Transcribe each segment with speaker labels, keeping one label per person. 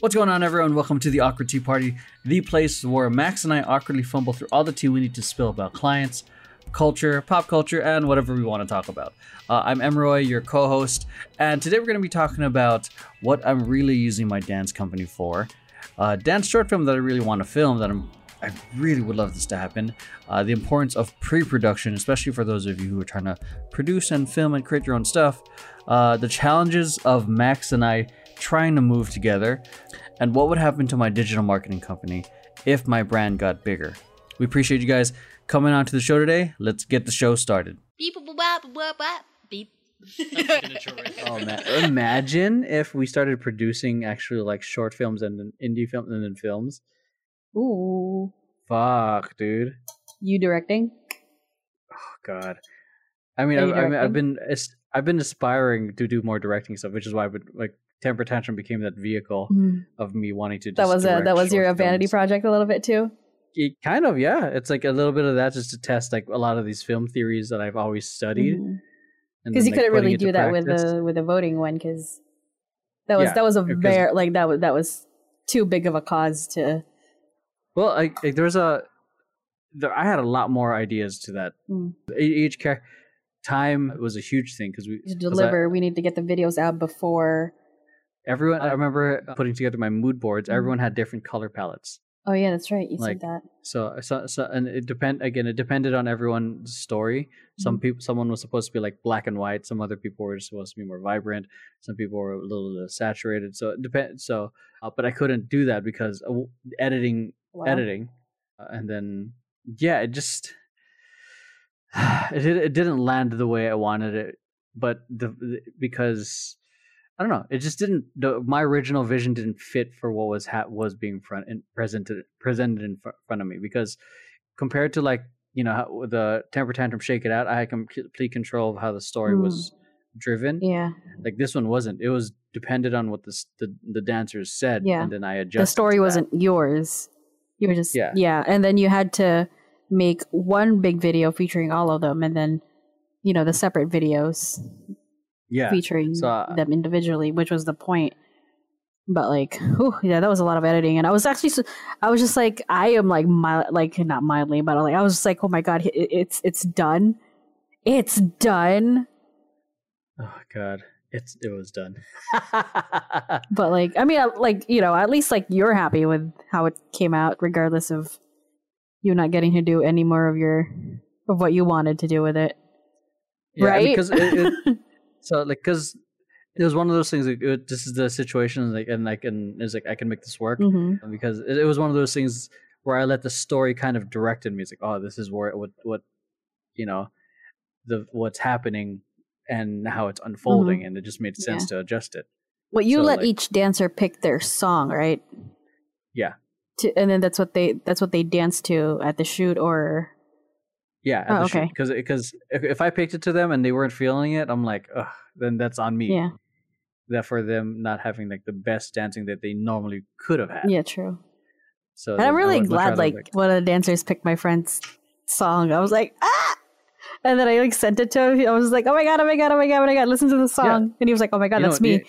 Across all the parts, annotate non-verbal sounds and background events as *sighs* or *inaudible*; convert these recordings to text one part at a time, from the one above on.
Speaker 1: What's going on, everyone? Welcome to the Awkward Tea Party, the place where Max and I awkwardly fumble through all the tea we need to spill about clients, culture, pop culture, and whatever we want to talk about. Uh, I'm Emroy, your co host, and today we're going to be talking about what I'm really using my dance company for. Uh, dance short film that I really want to film that I'm I really would love this to happen. Uh, the importance of pre-production, especially for those of you who are trying to produce and film and create your own stuff. Uh, the challenges of Max and I trying to move together, and what would happen to my digital marketing company if my brand got bigger. We appreciate you guys coming on to the show today. Let's get the show started.
Speaker 2: Beep boop boop boop boop beep. *laughs*
Speaker 1: Oh man! Imagine if we started producing actually like short films and then indie films and then films.
Speaker 3: Ooh,
Speaker 1: Fuck, dude. Oh,
Speaker 3: you directing?
Speaker 1: God. I mean,
Speaker 3: Are
Speaker 1: I,
Speaker 3: you
Speaker 1: I mean, I've been as- I've been aspiring to do more directing stuff, which is why I would like Temper Tantrum became that vehicle of me wanting to.
Speaker 3: That
Speaker 1: just
Speaker 3: was a
Speaker 1: direct
Speaker 3: that was
Speaker 1: short
Speaker 3: your vanity
Speaker 1: films.
Speaker 3: project a little bit too.
Speaker 1: It, kind of, yeah. It's like a little bit of that just to test like a lot of these film theories that I've always studied.
Speaker 3: Because
Speaker 1: and then,
Speaker 3: Mm-hmm. you
Speaker 1: like,
Speaker 3: couldn't
Speaker 1: putting
Speaker 3: really
Speaker 1: it to
Speaker 3: do that
Speaker 1: practice.
Speaker 3: with the with the voting one because that was
Speaker 1: Yeah,
Speaker 3: that was a
Speaker 1: because-
Speaker 3: very like that was that was too big of a cause to.
Speaker 1: Well, I, I, there's a. There, I had a lot more ideas to that.
Speaker 3: Mm.
Speaker 1: E- Each char- time was a huge thing because we 'cause
Speaker 3: to
Speaker 1: I-
Speaker 3: deliver, we need to get the videos out before.
Speaker 1: Everyone,
Speaker 3: Uh,
Speaker 1: I remember putting together my mood boards.
Speaker 3: Mhm.
Speaker 1: Everyone had different color palettes.
Speaker 3: Oh yeah, that's right. You
Speaker 1: Like,
Speaker 3: said that.
Speaker 1: So, so, so, and it depend again. It depended on everyone's story. Some
Speaker 3: Mhm.
Speaker 1: people, someone was supposed to be like black and white. Some other people were supposed to be more vibrant. Some people were a little uh, saturated. So it depend. So, uh, but I couldn't do that because uh, w- editing,
Speaker 3: Wow.
Speaker 1: editing, uh, and then yeah, it just *sighs* it did- it didn't land the way I wanted it. But the, the because I don't know, it just didn't. The, my original vision didn't fit for what was ha- was being front and presented presented in fr- front of me because compared to like you know how, the temper tantrum shake it out, I had complete control of how the story
Speaker 3: Mm.
Speaker 1: was driven.
Speaker 3: Yeah,
Speaker 1: Like this one wasn't. It was depended on what the s- the, the dancers said,
Speaker 3: Yeah.
Speaker 1: and then I adjusted.
Speaker 3: the
Speaker 1: to
Speaker 3: story
Speaker 1: that.
Speaker 3: wasn't yours. You were just
Speaker 1: Yeah.
Speaker 3: yeah. and then you had to make one big video featuring all of them, and then you know the separate videos
Speaker 1: Yeah,
Speaker 3: featuring
Speaker 1: so, uh,
Speaker 3: them individually, which was the point. But like, whew, yeah, that was a lot of editing, and I was actually, s- I was just like, I am like, mild, like not mildly, but like, I was just like, oh my god, it, it's it's done, it's done.
Speaker 1: Oh god, it's it was
Speaker 3: *laughs*
Speaker 1: done.
Speaker 3: But like, I mean, I- like you know, at least like you're happy with how it came out, regardless of you not getting to do any more of your of what you wanted to do with it,
Speaker 1: Yeah,
Speaker 3: right?
Speaker 1: Because it,
Speaker 3: *laughs*
Speaker 1: it, so like because it was one of those things like it, this is the situation like and I can it's like I can make this work
Speaker 3: Mhm.
Speaker 1: because it, it was one of those things where I let the story kind of direct in me. It's like oh this is where what what you know the what's happening and how it's unfolding
Speaker 3: Mm-hmm.
Speaker 1: and it just made sense to adjust it.
Speaker 3: Well, you
Speaker 1: So,
Speaker 3: let
Speaker 1: like-
Speaker 3: each dancer pick their song, right?
Speaker 1: Yeah.
Speaker 3: To, and then that's what they that's what they dance to at the shoot or
Speaker 1: Yeah,
Speaker 3: Oh, okay.
Speaker 1: Because because if, if I picked it to them and they weren't feeling it, I'm like, Ugh, then that's on me.
Speaker 3: yeah
Speaker 1: That for them not having like the best dancing that they normally could have had.
Speaker 3: yeah true.
Speaker 1: So
Speaker 3: And I'm
Speaker 1: then I
Speaker 3: really
Speaker 1: would much
Speaker 3: glad
Speaker 1: rather,
Speaker 3: like one of the dancers picked my friend's song. I was like ah, and then I like sent it to him. I was like oh my god oh my god oh my god oh my god listen to the song and he was like oh my god
Speaker 1: You know,
Speaker 3: that's me.
Speaker 1: it-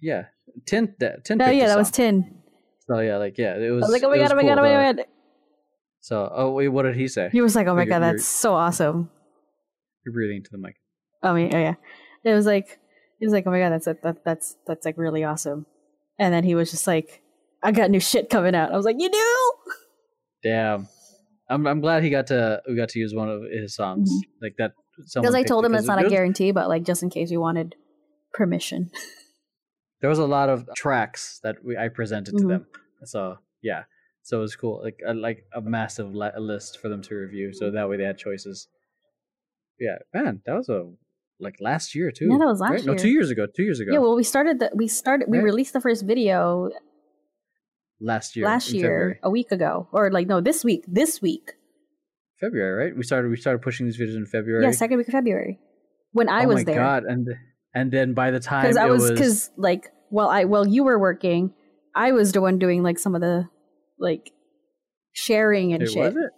Speaker 1: yeah, Tin that Tin.
Speaker 3: No
Speaker 1: picked
Speaker 3: yeah
Speaker 1: the
Speaker 3: that was
Speaker 1: song.
Speaker 3: Tin.
Speaker 1: So yeah, like yeah, it
Speaker 3: I
Speaker 1: was.
Speaker 3: was like oh my
Speaker 1: it was
Speaker 3: god oh my god oh
Speaker 1: cool,
Speaker 3: my
Speaker 1: though.
Speaker 3: god.
Speaker 1: So oh wait, what did he say?
Speaker 3: He was like oh my
Speaker 1: Like,
Speaker 3: god
Speaker 1: you're-
Speaker 3: that's so awesome.
Speaker 1: You're breathing into the mic.
Speaker 3: Oh yeah, oh, yeah. It was like he was like, "Oh my god, that's that, that's that's like really awesome." And then he was just like, "I got new shit coming out." I was like, "You do?"
Speaker 1: Damn, I'm I'm glad he got to we got to use one of his songs like that.
Speaker 3: Mm-hmm. Because
Speaker 1: someone
Speaker 3: I
Speaker 1: picked
Speaker 3: told him
Speaker 1: because
Speaker 3: it's not
Speaker 1: there
Speaker 3: a
Speaker 1: was-
Speaker 3: guarantee, but like just in case you wanted permission.
Speaker 1: There was a lot of tracks that we I presented to
Speaker 3: Mhm.
Speaker 1: them. So yeah, so it was cool. Like a, like a massive li- list for them to review. So that way they had choices. Yeah, man, that was a like last year too.
Speaker 3: Yeah, that was last
Speaker 1: right? No,
Speaker 3: year.
Speaker 1: two years ago. Two years ago.
Speaker 3: Yeah, well, we started the we started we
Speaker 1: Right.
Speaker 3: released the first video
Speaker 1: last year.
Speaker 3: last
Speaker 1: in
Speaker 3: year,
Speaker 1: February.
Speaker 3: a week ago, or like no, this week, this week.
Speaker 1: February, right? We started we started pushing these videos in February.
Speaker 3: Yeah, second week of February, when I
Speaker 1: oh
Speaker 3: was
Speaker 1: my
Speaker 3: there.
Speaker 1: god! And and then by the time
Speaker 3: because I
Speaker 1: it
Speaker 3: was
Speaker 1: was,
Speaker 3: because like while I while you were working, I was the one doing like some of the like sharing and
Speaker 1: Wait,
Speaker 3: shit.
Speaker 1: was it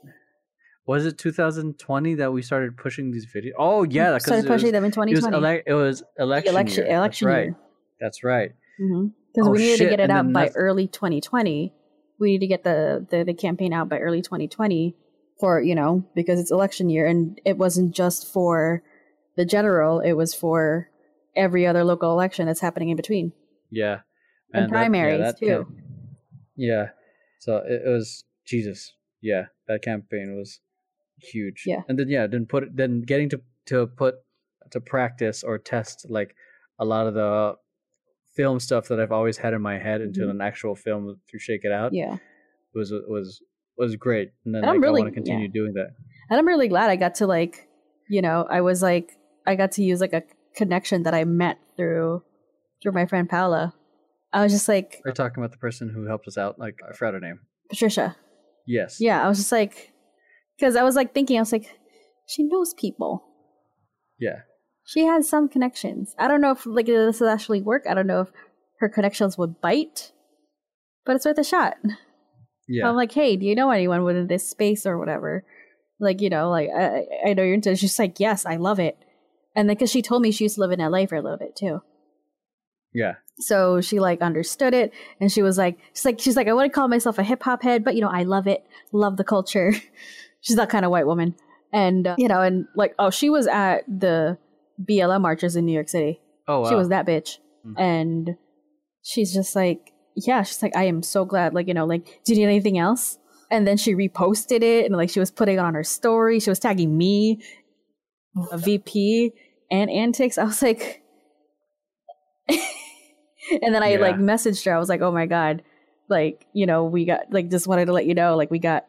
Speaker 1: was it 2020 that we started pushing these videos? Oh
Speaker 3: *laughs*
Speaker 1: yeah, because
Speaker 3: Started pushing them in
Speaker 1: it was
Speaker 3: 2020
Speaker 1: ele- it was election
Speaker 3: election
Speaker 1: year.
Speaker 3: election
Speaker 1: That's right.
Speaker 3: year.
Speaker 1: That's right.
Speaker 3: Mhm. because
Speaker 1: Oh,
Speaker 3: we needed
Speaker 1: shit,
Speaker 3: to get it
Speaker 1: and
Speaker 3: out
Speaker 1: then
Speaker 3: by
Speaker 1: that's-
Speaker 3: early 2020. We need to get the, the the campaign out by early 2020 for you know because it's election year, and it wasn't just for the general; it was for every other local election that's happening in between
Speaker 1: Yeah. Man, that- yeah,
Speaker 3: and, primaries
Speaker 1: that
Speaker 3: too.
Speaker 1: camp- yeah. So it, it was Jesus. Yeah, that campaign was huge.
Speaker 3: Yeah.
Speaker 1: And then yeah, then put it then getting to to put to practice or test like a lot of the film stuff that I've always had in my head into
Speaker 3: Mhm.
Speaker 1: an actual film through Shake It Out
Speaker 3: yeah,
Speaker 1: was was was great. And then
Speaker 3: And I'm
Speaker 1: like, I
Speaker 3: really-
Speaker 1: want to continue doing that.
Speaker 3: and I'm really glad I got to like you know I was like I got to use like a connection that I met through through my friend Paula. I was just like
Speaker 1: We're talking about the person who helped us out, like I forgot her name.
Speaker 3: Patricia.
Speaker 1: Yes.
Speaker 3: Yeah, I was just like, because I was like thinking, I was like, she knows people.
Speaker 1: Yeah.
Speaker 3: She has some connections. I don't know if like this will actually work. I don't know if her connections would bite, but it's worth a shot. *laughs*
Speaker 1: Yeah.
Speaker 3: I'm like, hey, do you know anyone within this space or whatever? Like, you know, like I, I- I know you're into. It. She's like, yes, I love it. And then because she told me she used to live in LA for a little bit too.
Speaker 1: yeah.
Speaker 3: So she like understood it, and she was like, she's like, she's like, I want to call myself a hip hop head, but you know, I love it, love the culture. *laughs* she's that kind of white woman, and uh, you know, and like, oh, she was at the BLM marches in New York City.
Speaker 1: Oh wow.
Speaker 3: She was that bitch,
Speaker 1: Mhm.
Speaker 3: and she's just like, yeah, she's like, I am so glad. Like, you know, like, do you need anything else? And then she reposted it, and like, she was putting it on her story. She was tagging me, a VP, and antics. I was like. *laughs* and then I like
Speaker 1: Yeah.
Speaker 3: messaged her. I was like, "Oh my god, like you know, we got like just wanted to let you know, like we got,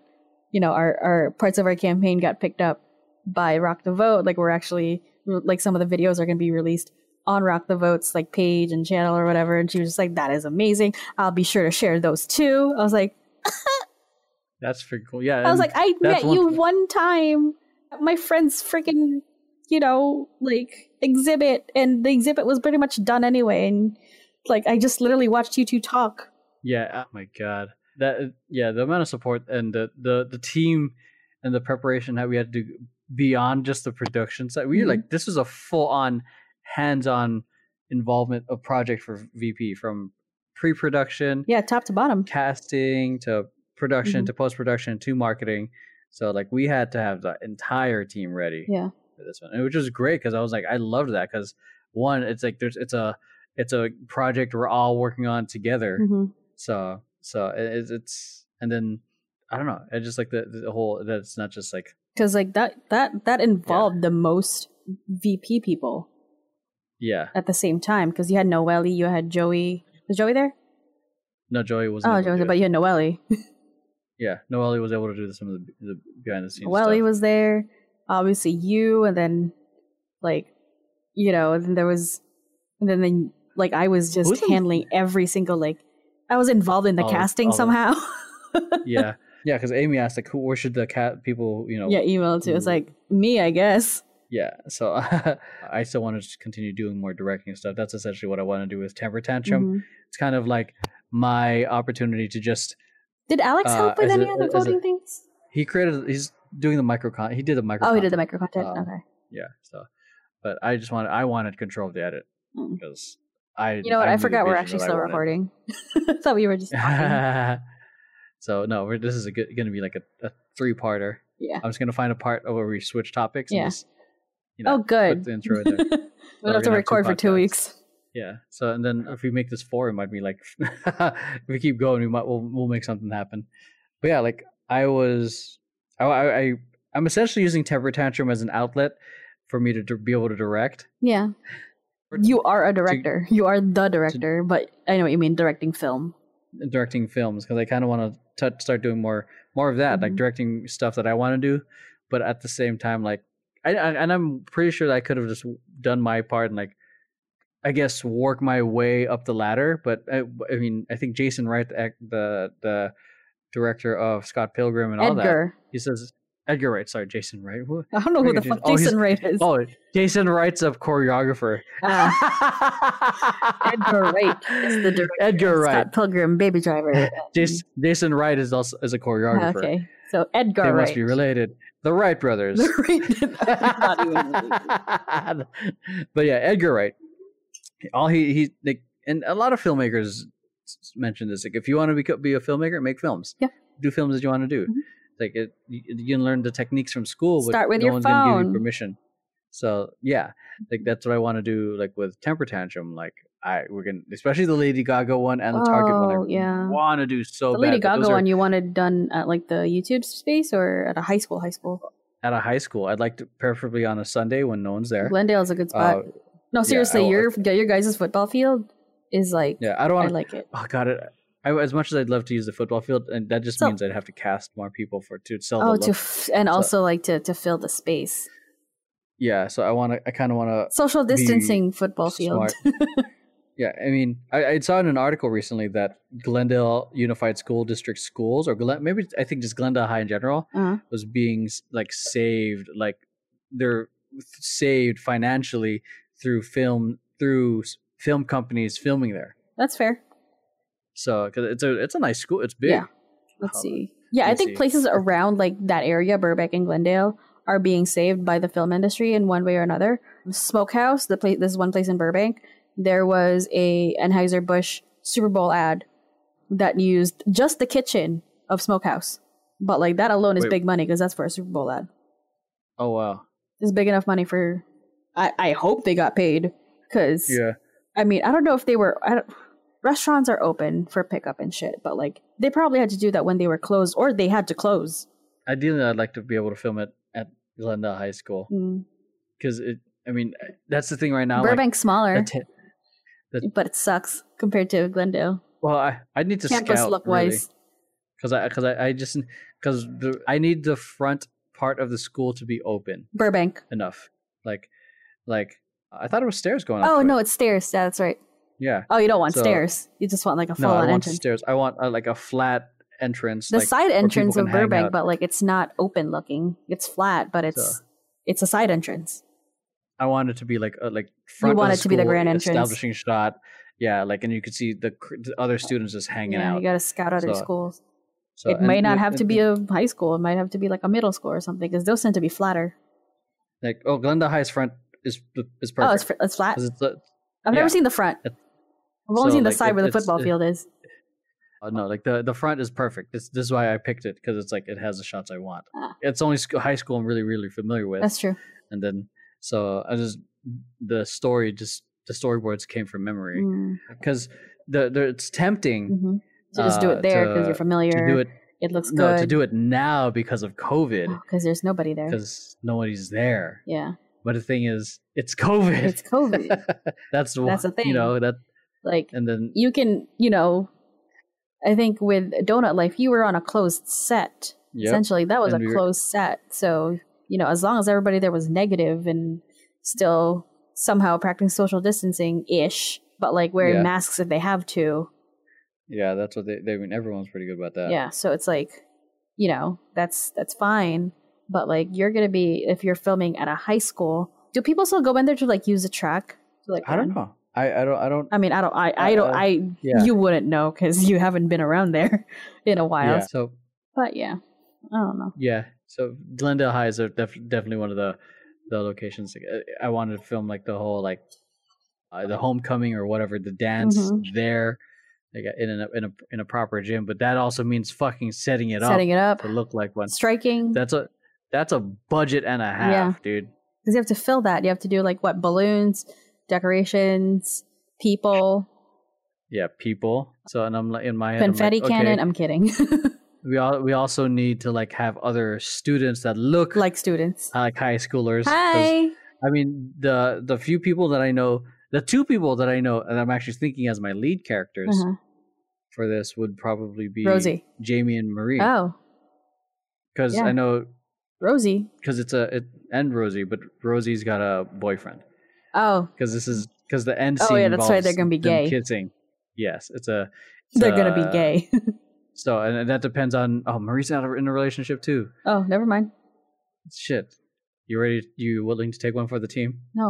Speaker 3: you know, our our parts of our campaign got picked up by Rock the Vote. Like we're actually like some of the videos are going to be released on Rock the Vote's like page and channel or whatever." And she was just like, "That is amazing. I'll be sure to share those too." I was like,
Speaker 1: That's freaking cool. Yeah.
Speaker 3: I
Speaker 1: and-
Speaker 3: was like, I
Speaker 1: that's
Speaker 3: met
Speaker 1: one
Speaker 3: you
Speaker 1: thing-
Speaker 3: one time at my friend's freaking, you know, like exhibit, and the exhibit was pretty much done anyway. And like, I just literally watched you two talk.
Speaker 1: Yeah. Oh my god. That uh, yeah, the amount of support and the the the team and the preparation that we had to do beyond just the production side. We were
Speaker 3: Mhm.
Speaker 1: like this was a full on hands on involvement of project for VP from pre production,
Speaker 3: Yeah, top to bottom.
Speaker 1: casting to production
Speaker 3: Mhm.
Speaker 1: to post production to marketing. So like we had to have the entire team ready
Speaker 3: Yeah.
Speaker 1: for this one, and which was great because I was like I loved that because one it's like there's it's a it's a project we're all working on together.
Speaker 3: hmm
Speaker 1: So so it, it's- it's and then I don't know. I just like the, the whole that it's not just like
Speaker 3: Because like that that that involved the most VP people
Speaker 1: yeah.
Speaker 3: at the same time. Because you had Noelle, you had Joey. Was Joey there?
Speaker 1: No, Joey wasn't.
Speaker 3: Oh,
Speaker 1: able to
Speaker 3: Joey,
Speaker 1: do
Speaker 3: but
Speaker 1: it.
Speaker 3: you had Noelle.
Speaker 1: yeah, Noelle was able to do some of the, the behind the scenes.
Speaker 3: Well,
Speaker 1: stuff.
Speaker 3: he was there. Obviously, you, and then like you know, and then there was, and then then like I was just
Speaker 1: Who's in-
Speaker 3: handling every single like I was involved in the
Speaker 1: All of-
Speaker 3: casting
Speaker 1: all of-
Speaker 3: somehow. *laughs*
Speaker 1: yeah, yeah, because Amy asked like, who, where should the cat people, you know,
Speaker 3: yeah, email too. It's
Speaker 1: Ooh.
Speaker 3: like me, I guess.
Speaker 1: yeah. So *laughs* I still want to just continue doing more directing stuff. That's essentially what I want to do with Temper Tantrum.
Speaker 3: Mhm.
Speaker 1: It's kind of like my opportunity to just
Speaker 3: Did Alex
Speaker 1: Uh,
Speaker 3: help with
Speaker 1: as
Speaker 3: any
Speaker 1: a-
Speaker 3: of the
Speaker 1: as a-
Speaker 3: voting things?
Speaker 1: he created. He's doing the micro con. He did the micro.
Speaker 3: Oh, he did the
Speaker 1: content.
Speaker 3: micro content.
Speaker 1: Um,
Speaker 3: okay.
Speaker 1: yeah so but i just wanted i wanted control of the edit
Speaker 3: Mm.
Speaker 1: because i
Speaker 3: You know what?
Speaker 1: I
Speaker 3: I,
Speaker 1: knew the
Speaker 3: forgot we're
Speaker 1: vision
Speaker 3: actually
Speaker 1: that I
Speaker 3: still
Speaker 1: wanted. *laughs*
Speaker 3: recording. *laughs* I thought we were just talking.
Speaker 1: so no we're, this is a good, gonna be like a, a three-parter
Speaker 3: yeah.
Speaker 1: i'm just gonna find a part where we switch topics
Speaker 3: Yeah.
Speaker 1: and just you know
Speaker 3: Oh,
Speaker 1: put
Speaker 3: good.
Speaker 1: the intro in
Speaker 3: *laughs* we
Speaker 1: there we're
Speaker 3: don't have
Speaker 1: gonna have
Speaker 3: to
Speaker 1: two
Speaker 3: record for two
Speaker 1: podcasts.
Speaker 3: weeks.
Speaker 1: yeah so and then if we make this four it might be like *laughs* if we keep going we might we'll, we'll make something happen but yeah like i was i i, I i'm essentially using temper tantrum as an outlet for me to, to be able to direct
Speaker 3: Yeah. You are a director. you are the director, but I know what you mean directing film.
Speaker 1: directing films because I kind of want to t- start doing more more of that, like
Speaker 3: Mhm.
Speaker 1: directing stuff that I want to do, but at the same time, like, I, I and I'm pretty sure that I could have just done my part and like, I guess work my way up the ladder. But I, I mean, I think Jason Wright, the ac- the, the director of Scott Pilgrim and all that,
Speaker 3: Edgar.
Speaker 1: he says Edgar Wright. Sorry, Jason Wright. Who-
Speaker 3: I don't know who
Speaker 1: Edgar
Speaker 3: the
Speaker 1: Jason-
Speaker 3: fuck
Speaker 1: oh, he's-
Speaker 3: Jason Wright is.
Speaker 1: Oh, Jason Wright's a choreographer. *laughs*
Speaker 3: Ah, Uh-huh. Edgar Wright is the director
Speaker 1: Edgar Wright.
Speaker 3: Scott Pilgrim, Baby Driver.
Speaker 1: Jason, Jason Wright is also is a
Speaker 3: Ah,
Speaker 1: choreographer.
Speaker 3: okay, so
Speaker 1: They
Speaker 3: Edgar Wright. *laughs*
Speaker 1: must be related. The Wright brothers. *laughs*
Speaker 3: The Wright- not even related.
Speaker 1: but yeah, Edgar Wright. All he he like, and a lot of filmmakers s- mentioned this. Like, if you want to be, be a filmmaker, make films.
Speaker 4: Yeah.
Speaker 1: Do films that you want to do.
Speaker 4: Mhm.
Speaker 1: Like, it, you, you can learn the techniques from school. but
Speaker 3: Mm-hmm. Start with
Speaker 1: no
Speaker 3: your
Speaker 1: one's gonna give you
Speaker 3: phone.
Speaker 1: permission. So yeah, like that's what I want to do. Like with temper tantrum, like I we're gonna especially the Lady Gaga one and the Target one. I
Speaker 3: Oh, yeah.
Speaker 1: want to do so
Speaker 3: the Lady
Speaker 1: bad. but
Speaker 3: Gaga
Speaker 1: those are
Speaker 3: one you wanted done at like the YouTube space or at a high school? High school.
Speaker 1: at a high school. I'd like to preferably on a Sunday when no one's there.
Speaker 3: Glendale's a good spot.
Speaker 1: Uh,
Speaker 3: no, seriously,
Speaker 1: I-
Speaker 3: your your guys' football field is like
Speaker 1: yeah, I don't
Speaker 3: I
Speaker 1: want to
Speaker 3: like it.
Speaker 1: Oh God! It, I, as much as I'd love to use the football field, and that just
Speaker 3: So-
Speaker 1: means I'd have to cast more people for to sell.
Speaker 3: Oh,
Speaker 1: the
Speaker 3: to
Speaker 1: look.
Speaker 3: f- and
Speaker 1: So-
Speaker 3: also like to to fill the space.
Speaker 1: yeah. So I want to. I kind of want to.
Speaker 3: Social
Speaker 1: Be
Speaker 3: distancing football field. *laughs*
Speaker 1: yeah, I mean, I, I saw in an article recently that Glendale Unified School District schools, or Glen, maybe I think just Glendale High in general,
Speaker 3: Uh-huh.
Speaker 1: was being s- like saved, like they're saved financially through film through s- film companies filming there.
Speaker 3: That's fair.
Speaker 1: So 'cause it's a it's a nice school. It's big.
Speaker 3: Yeah. Let's
Speaker 1: Um,
Speaker 3: see. Yeah, I
Speaker 1: let's
Speaker 3: think
Speaker 1: see.
Speaker 3: places around like that area, Burbank and Glendale, are being saved by the film industry in one way or another. Smokehouse, the place, this is one place in Burbank. There was a Anheuser Busch Super Bowl ad that used just the kitchen of Smokehouse, but like that alone is
Speaker 1: Wait.
Speaker 3: big money because that's for a Super Bowl ad.
Speaker 1: Oh wow.
Speaker 3: It's big enough money for. I I hope they got paid because
Speaker 1: Yeah.
Speaker 3: I mean, I don't know if they were. I don't, restaurants are open for pickup and shit, but like they probably had to do that when they were closed, or they had to close.
Speaker 1: ideally i'd like to be able to film it at glendale high school
Speaker 3: Mm.
Speaker 1: because it i mean eh, that's the thing right now like,
Speaker 3: Burbank's smaller,
Speaker 1: the ta-
Speaker 3: but it sucks compared to Glendale.
Speaker 1: well i i need to
Speaker 3: Campus
Speaker 1: scout
Speaker 3: look
Speaker 1: really
Speaker 3: wise.
Speaker 1: because i because I, I just because i need the front part of the school to be open
Speaker 3: Burbank.
Speaker 1: enough like like i thought it was stairs going up
Speaker 3: Oh
Speaker 1: to it.
Speaker 3: no, it's stairs. Yeah, that's right.
Speaker 1: yeah
Speaker 3: Oh, you don't want
Speaker 1: So-
Speaker 3: stairs. You just want like a
Speaker 1: no i
Speaker 3: full-on
Speaker 1: want
Speaker 3: entrance.
Speaker 1: stairs i want uh, like a flat entrance
Speaker 3: The
Speaker 1: like,
Speaker 3: side
Speaker 1: people
Speaker 3: entrance
Speaker 1: can
Speaker 3: of
Speaker 1: hang
Speaker 3: Burbank,
Speaker 1: out.
Speaker 3: but like it's not open looking. It's flat, but it's
Speaker 1: So-
Speaker 3: it's a side entrance.
Speaker 1: I want it to be like a, like front. of
Speaker 3: want
Speaker 1: the
Speaker 3: it to be the
Speaker 1: school,
Speaker 3: grand entrance.
Speaker 1: establishing shot. Yeah, like and you could see the, cr- the other students just hanging
Speaker 3: yeah,
Speaker 1: out.
Speaker 3: you gotta scout other
Speaker 1: So-
Speaker 3: schools.
Speaker 1: So,
Speaker 3: it
Speaker 1: and
Speaker 3: might not
Speaker 1: the-
Speaker 3: have
Speaker 1: the-
Speaker 3: to be a high school. It might have to be like a middle school or something because those tend to be flatter.
Speaker 1: like oh Glenda High's front is is perfect.
Speaker 3: Oh, it's, fr- it's flat.
Speaker 1: 'Cause it's a-
Speaker 3: I've
Speaker 1: Yeah.
Speaker 3: never seen the front. I've
Speaker 1: It-
Speaker 3: only
Speaker 1: so,
Speaker 3: seen the
Speaker 1: like,
Speaker 3: side
Speaker 1: it-
Speaker 3: where the
Speaker 1: it's-
Speaker 3: football
Speaker 1: it-
Speaker 3: field is.
Speaker 1: oh, no, like the the front is perfect. This this is why I picked it because it's like it has the shots I want.
Speaker 3: Ah.
Speaker 1: It's only sc- high school I'm really really familiar with,
Speaker 3: That's true.
Speaker 1: and then so I just the story just the storyboards came from memory
Speaker 3: Mm,
Speaker 1: because the, the it's tempting
Speaker 3: mhm. So just do
Speaker 1: Uh,
Speaker 3: it there because
Speaker 1: to-
Speaker 3: you're familiar.
Speaker 1: to do it
Speaker 3: It looks
Speaker 1: no
Speaker 3: good. Ah,
Speaker 1: to do it now because of COVID
Speaker 3: because there's nobody there.
Speaker 1: because nobody's there.
Speaker 3: Yeah,
Speaker 1: But the thing is, it's COVID.
Speaker 3: it's COVID.
Speaker 1: *laughs* that's the
Speaker 3: That's
Speaker 1: one-
Speaker 3: the
Speaker 1: You know that,
Speaker 3: like
Speaker 1: and then
Speaker 3: you can, you know, I think with Donut Life, you were on a closed set.
Speaker 1: yeah.
Speaker 3: Essentially, that was
Speaker 1: And
Speaker 3: a
Speaker 1: we were-
Speaker 3: closed set. So you know, as long as everybody there was negative and still somehow practicing social distancing ish, but like wearing
Speaker 1: Yeah.
Speaker 3: masks if they have to.
Speaker 1: Yeah, that's what they. they I mean, everyone's pretty good about that.
Speaker 3: yeah so it's like you know that's that's fine but like you're gonna be if you're filming at a high school do people still go in there to like use a track to, like
Speaker 1: I don't
Speaker 3: run?
Speaker 1: know. I, I don't. I don't.
Speaker 3: i mean i don't i, I don't
Speaker 1: Uh,
Speaker 3: i
Speaker 1: yeah.
Speaker 3: you wouldn't know because you haven't been around there *laughs* in a while
Speaker 1: yeah. So
Speaker 3: but yeah i don't know
Speaker 1: yeah. So Glendale High is a def- definitely one of the the locations. Like, I- I wanted to film like the whole like uh, the homecoming or whatever the dance
Speaker 3: Mhm.
Speaker 1: there, like uh, in a in a in a proper gym. But that also means fucking setting it
Speaker 3: setting
Speaker 1: up
Speaker 3: it up
Speaker 1: to look like one.
Speaker 3: striking
Speaker 1: That's a that's a budget and a half,
Speaker 3: Yeah.
Speaker 1: dude.
Speaker 3: because you have to fill that you have to do like what balloons decorations people
Speaker 1: Yeah, people. So and I'm like in my head, I'm like,
Speaker 3: confetti cannon um
Speaker 1: okay,
Speaker 3: i'm kidding *laughs*
Speaker 1: we all we also need to like have other students that look
Speaker 3: like students
Speaker 1: like high schoolers. 'cause
Speaker 3: hi
Speaker 1: I mean, the the few people that I know, the two people that I know that I'm actually thinking as my lead characters
Speaker 3: Uh-huh.
Speaker 1: for this would probably be
Speaker 3: rosie
Speaker 1: Jamie and Marie,
Speaker 3: oh
Speaker 1: because
Speaker 3: yeah.
Speaker 1: I know
Speaker 3: rosie
Speaker 1: because it's a it, and Rosie, but Rosie's got a boyfriend
Speaker 3: oh
Speaker 1: because this is because the end
Speaker 3: Oh,
Speaker 1: scene.
Speaker 3: yeah, that's right, they're
Speaker 1: involves
Speaker 3: gonna
Speaker 1: them
Speaker 3: be gay.
Speaker 1: Kissing, yes, it's a. it's
Speaker 3: they're gonna be
Speaker 1: a-
Speaker 3: gay *laughs*
Speaker 1: So and, and that depends on oh Marie's out of- in a relationship too.
Speaker 3: Oh, never mind.
Speaker 1: Shit, you ready? You willing to take one for the team? *laughs*
Speaker 3: No.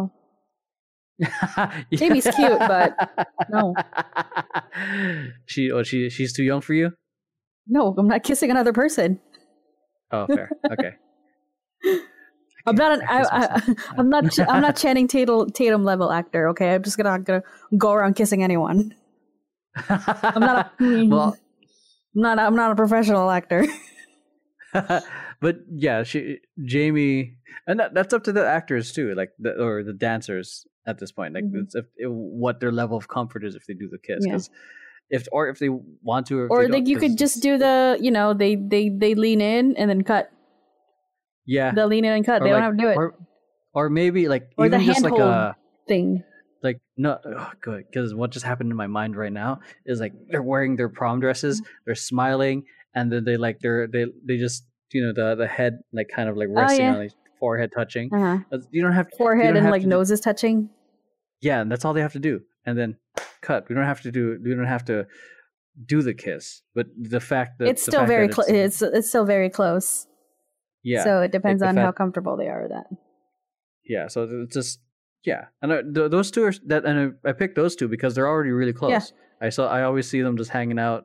Speaker 3: Jamie's cute, but no.
Speaker 1: *laughs* she oh she she's too young for you.
Speaker 3: No, I'm not kissing another person.
Speaker 1: Oh, fair. Okay.
Speaker 3: I'm not an I,
Speaker 1: kiss
Speaker 3: I, *laughs* I'm not Ch- I'm not Channing Tatum Tatum level actor, okay? I'm just gonna, gonna go around kissing anyone. I'm not.
Speaker 1: *laughs*
Speaker 3: A, *laughs*
Speaker 1: Well-
Speaker 3: I'm not. I'm not a professional
Speaker 1: *laughs*
Speaker 3: actor.
Speaker 1: but yeah, she Jamie, and that, that's up to the actors too, like the, or the dancers at this point, like
Speaker 3: Mhm.
Speaker 1: it's if, it- what their level of comfort is if they do the kiss,
Speaker 3: Yeah.
Speaker 1: 'cause if or if they want to, or, if
Speaker 3: or
Speaker 1: they don't,
Speaker 3: like you
Speaker 1: 'cause
Speaker 3: could just do the. You know, they they they lean in and then cut.
Speaker 1: yeah,
Speaker 3: They'll lean in and cut.
Speaker 1: or
Speaker 3: they
Speaker 1: like-
Speaker 3: don't have to do it.
Speaker 1: or, or maybe like
Speaker 3: Or the
Speaker 1: even just like
Speaker 3: handhold.
Speaker 1: a
Speaker 3: thing.
Speaker 1: like no oh, good because what just happened in my mind right now is like they're wearing their prom dresses,
Speaker 3: Mm-hmm.
Speaker 1: they're smiling, and then they like they're they they just you know the the head like kind of like resting
Speaker 3: Oh, yeah.
Speaker 1: on like forehead touching.
Speaker 3: Uh-huh.
Speaker 1: That's- You don't have
Speaker 3: Forehead
Speaker 1: don't
Speaker 3: and
Speaker 1: have
Speaker 3: like
Speaker 1: to do-
Speaker 3: noses touching.
Speaker 1: yeah and that's all they have to do and then cut we don't have to do we don't have to do the kiss but the fact that
Speaker 3: it's
Speaker 1: the
Speaker 3: still
Speaker 1: fact
Speaker 3: very
Speaker 1: that
Speaker 3: close. It's it's still very close.
Speaker 1: yeah
Speaker 3: So it depends
Speaker 1: the
Speaker 3: on
Speaker 1: fact-
Speaker 3: how comfortable they are with that.
Speaker 1: yeah so it's just yeah and I, th- those two are that and I, I picked those two because they're already really close i saw i always see them just hanging out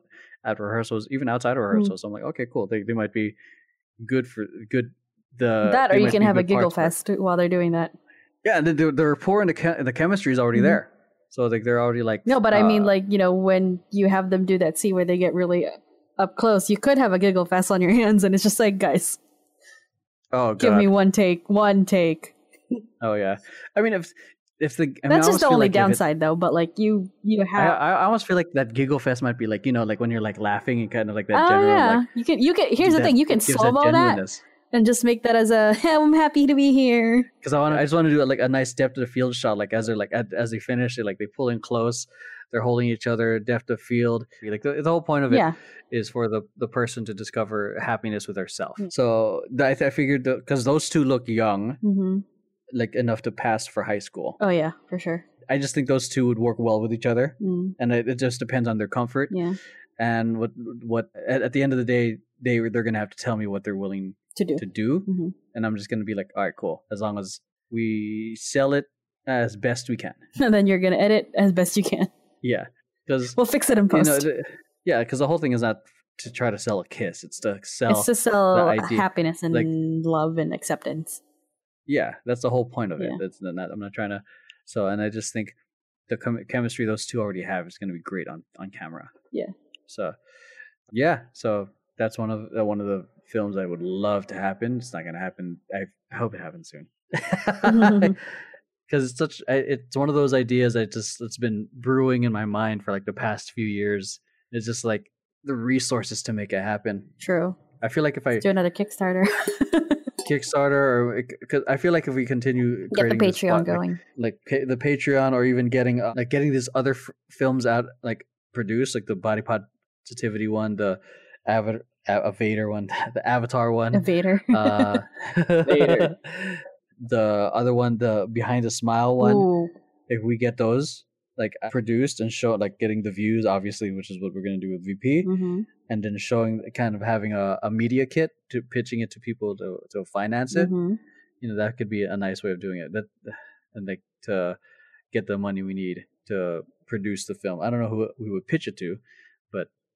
Speaker 1: at rehearsals even outside
Speaker 3: Mm-hmm.
Speaker 1: of rehearsals i'm like okay cool they, they might be good for good the
Speaker 3: that or
Speaker 1: Uh, they
Speaker 3: you
Speaker 1: might
Speaker 3: can
Speaker 1: be
Speaker 3: have a
Speaker 1: good
Speaker 3: giggle
Speaker 1: parts for it.
Speaker 3: fest while they're doing that.
Speaker 1: yeah and the, the, the rapport and the, chem- the chemistry is already
Speaker 3: Mhm.
Speaker 1: there so like they're already like
Speaker 3: No, but I mean,
Speaker 1: uh,
Speaker 3: like you know, when you have them do that scene where they get really up close, you could have a giggle fest on your *laughs* hands, and it's just like, guys,
Speaker 1: oh
Speaker 3: give
Speaker 1: God.
Speaker 3: me one take, one take.
Speaker 1: Oh yeah, I mean if if the I mean, I almost
Speaker 3: That's just the
Speaker 1: feel
Speaker 3: only
Speaker 1: like if it-
Speaker 3: downside, though. But like you, you
Speaker 1: I,
Speaker 3: have.
Speaker 1: I I almost feel like that giggle fest might be like you know like when you're like laughing and kind of like that
Speaker 3: Oh
Speaker 1: general
Speaker 3: yeah,
Speaker 1: like.
Speaker 3: you can. You can. Here's the
Speaker 1: that-
Speaker 3: thing: you can
Speaker 1: gives
Speaker 3: slow mo that
Speaker 1: genuineness.
Speaker 3: and just make that as a. *laughs* I'm happy to be here.
Speaker 1: Because I want, I just want to do like a nice depth of the field shot, like as they're like at, as they finish, they like they pull in close, they're holding each other, depth of field. Like the, the whole point of it is
Speaker 3: Yeah,
Speaker 1: for the the person to discover happiness with herself.
Speaker 3: Mm.
Speaker 1: So th- I, th- I figured because those two look young,
Speaker 3: hmm
Speaker 1: like enough to pass for high school.
Speaker 3: Oh yeah, for sure.
Speaker 1: I just think those two would work well with each other,
Speaker 3: Mm,
Speaker 1: and it, it just depends on their comfort.
Speaker 3: yeah,
Speaker 1: and what what at, at the end of the day they they're gonna have to tell me what they're willing
Speaker 3: to do.
Speaker 1: to do
Speaker 3: Mhm.
Speaker 1: and i'm just gonna be like all right cool as long as we sell it as best we can
Speaker 3: *laughs* and then you're gonna edit as best you can. *laughs*
Speaker 1: yeah because
Speaker 3: We'll fix it in
Speaker 1: you
Speaker 3: post.
Speaker 1: know the, yeah because the whole thing is not to try to sell a kiss it's to sell
Speaker 3: it's to sell
Speaker 1: idea-
Speaker 3: happiness and
Speaker 1: like-
Speaker 3: love and acceptance.
Speaker 1: yeah that's the whole point of it
Speaker 3: Yeah.
Speaker 1: that's not, i'm not trying to so and i just think the chem- chemistry those two already have is going to be great on on camera
Speaker 3: Yeah.
Speaker 1: so yeah so that's one of uh, one of the films i would love to happen it's not going to happen i I hope it happens
Speaker 3: *laughs*
Speaker 1: soon *laughs* because it's such I- it's one of those ideas i just it's been brewing in my mind for like the past few years it's just like the resources to make it happen
Speaker 3: True.
Speaker 1: i feel like if i
Speaker 3: Do another Kickstarter. *laughs*
Speaker 1: kickstarter or because i feel like if we continue
Speaker 3: Get the
Speaker 1: creating this
Speaker 3: Patreon
Speaker 1: plot, like, *laughs*
Speaker 3: going.
Speaker 1: like pa- the Patreon or even getting uh, like getting these other f- films out like produced like the body positivity one, the Avatar Avatar one, *laughs* the Avatar one,
Speaker 3: Vader.
Speaker 1: uh,
Speaker 3: *laughs* Vader.
Speaker 1: *laughs* the other one, the Behind the Smile one.
Speaker 3: Ooh,
Speaker 1: If we get those like uh, produced and show like getting the views, obviously, which is what we're gonna do with VP,
Speaker 3: mhm.
Speaker 1: and then showing kind of having a, a media kit to pitching it to people to to finance it
Speaker 3: Mhm.
Speaker 1: you know that could be a nice way of doing it that and like to get the money we need to produce the film i don't know who we would pitch it to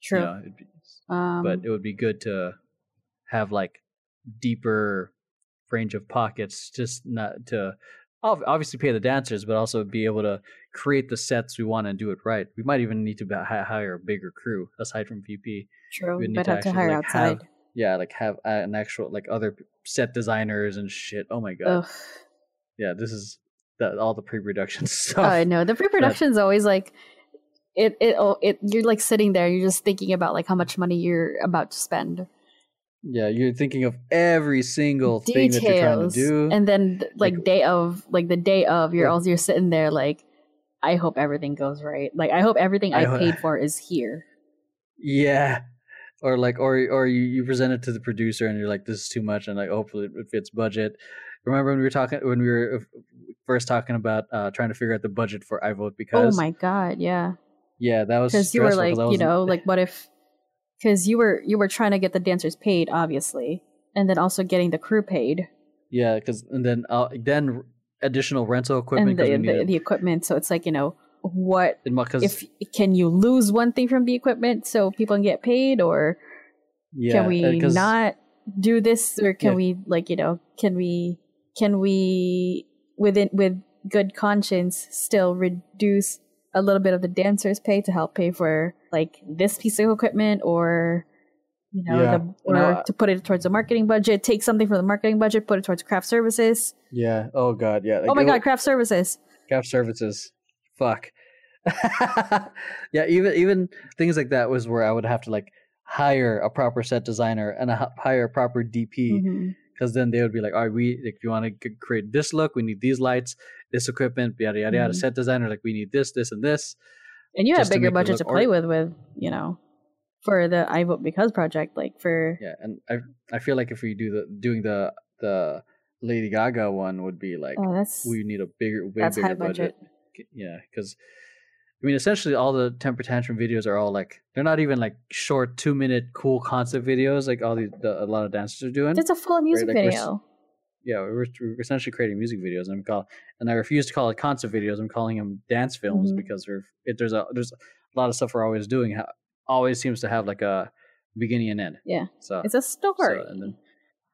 Speaker 3: True.
Speaker 1: you know, it'd be,
Speaker 3: Um,
Speaker 1: but it would be good to have like deeper range of pockets just not to ob- obviously pay the dancers but also be able to create the sets we want and do it right we might even need to ba- hi- hire a bigger crew aside from vp
Speaker 3: true.
Speaker 1: we'd need
Speaker 3: But
Speaker 1: to
Speaker 3: have to
Speaker 1: actually,
Speaker 3: hire
Speaker 1: like, have
Speaker 3: outside.
Speaker 1: yeah like have uh, an actual like other set designers and shit oh my god
Speaker 3: Ugh.
Speaker 1: yeah, this is the, all the pre-production *laughs*
Speaker 3: Oh,
Speaker 1: stuff.
Speaker 3: I know. The pre-production's always like it. It. Oh, it. You're like sitting there. You're just thinking about like how much money you're about to spend.
Speaker 1: Yeah, you're thinking of every single thing that you're trying to
Speaker 3: Details.
Speaker 1: do.
Speaker 3: And then th- like,
Speaker 1: Like-
Speaker 3: day of, like the day of, you're
Speaker 1: Yeah.
Speaker 3: also you're sitting there like, I hope everything goes right. Like I hope everything
Speaker 1: I
Speaker 3: I,
Speaker 1: ho-
Speaker 3: paid for is here.
Speaker 1: yeah, or like, or or you, you present it to the producer, and you're like, "This is too much," and like, hopefully it fits budget. Remember when we were talking when we were uh, first talking about uh, trying to figure out the budget for I Vote Because?
Speaker 3: oh my god, yeah.
Speaker 1: Yeah, that was
Speaker 3: because you were
Speaker 1: stressful
Speaker 3: like
Speaker 1: 'cause I
Speaker 3: you
Speaker 1: wasn't-
Speaker 3: know like what if because you were you were trying to get the dancers paid obviously and then also getting the crew paid
Speaker 1: yeah, because and then uh, then additional rental equipment
Speaker 3: and
Speaker 1: because
Speaker 3: the,
Speaker 1: we
Speaker 3: the,
Speaker 1: needed
Speaker 3: the equipment so it's like you know what
Speaker 1: and mo- 'cause-
Speaker 3: if can you lose one thing from the equipment so people can get paid or
Speaker 1: yeah,
Speaker 3: can we
Speaker 1: uh, 'cause-
Speaker 3: not do this or can
Speaker 1: Yeah.
Speaker 3: we like you know can we can we within with good conscience still reduce a little bit of the dancers' pay to help pay for like this piece of equipment or you know
Speaker 5: Yeah.
Speaker 3: the, or
Speaker 5: And I-
Speaker 3: to put it towards the marketing budget. Take something from the marketing budget, put it towards craft services.
Speaker 5: Yeah. Oh god. Yeah.
Speaker 3: oh my
Speaker 5: Like,
Speaker 3: god, craft services!
Speaker 1: Craft services. Fuck. *laughs* yeah, even even things like that was where I would have to like hire a proper set designer and a, h- hire a proper DP
Speaker 3: Mhm.
Speaker 1: because then they would be like, "All right, we if you want to create this look, we need these lights, this equipment, yada yada yada."
Speaker 3: Mhm.
Speaker 1: Set designer like we need this, this, and this.
Speaker 3: And you have
Speaker 1: Just to make
Speaker 3: bigger
Speaker 1: it
Speaker 3: budget
Speaker 1: look
Speaker 3: to play
Speaker 1: art-
Speaker 3: with with you know for the I vote because project like for
Speaker 1: Yeah, and I I feel like if we do the doing the the Lady Gaga one would be like
Speaker 3: oh that's
Speaker 1: we need a bigger way
Speaker 3: that's
Speaker 1: bigger
Speaker 3: high budget.
Speaker 1: K- yeah because i mean essentially all the temper tantrum videos are all like they're not even like short two minute cool concept videos like all the, the a lot of dancers are doing
Speaker 3: It's a full music
Speaker 1: like, we're s-
Speaker 3: video.
Speaker 1: yeah we're, we're essentially creating music videos and i'm call and i refuse to call it concert videos i'm calling them dance films
Speaker 3: Mhm.
Speaker 1: because they're, it, there's a there's a lot of stuff we're always doing ha- always seems to have like a beginning and end
Speaker 3: Yeah.
Speaker 1: so
Speaker 3: It's a story.
Speaker 1: so, and then,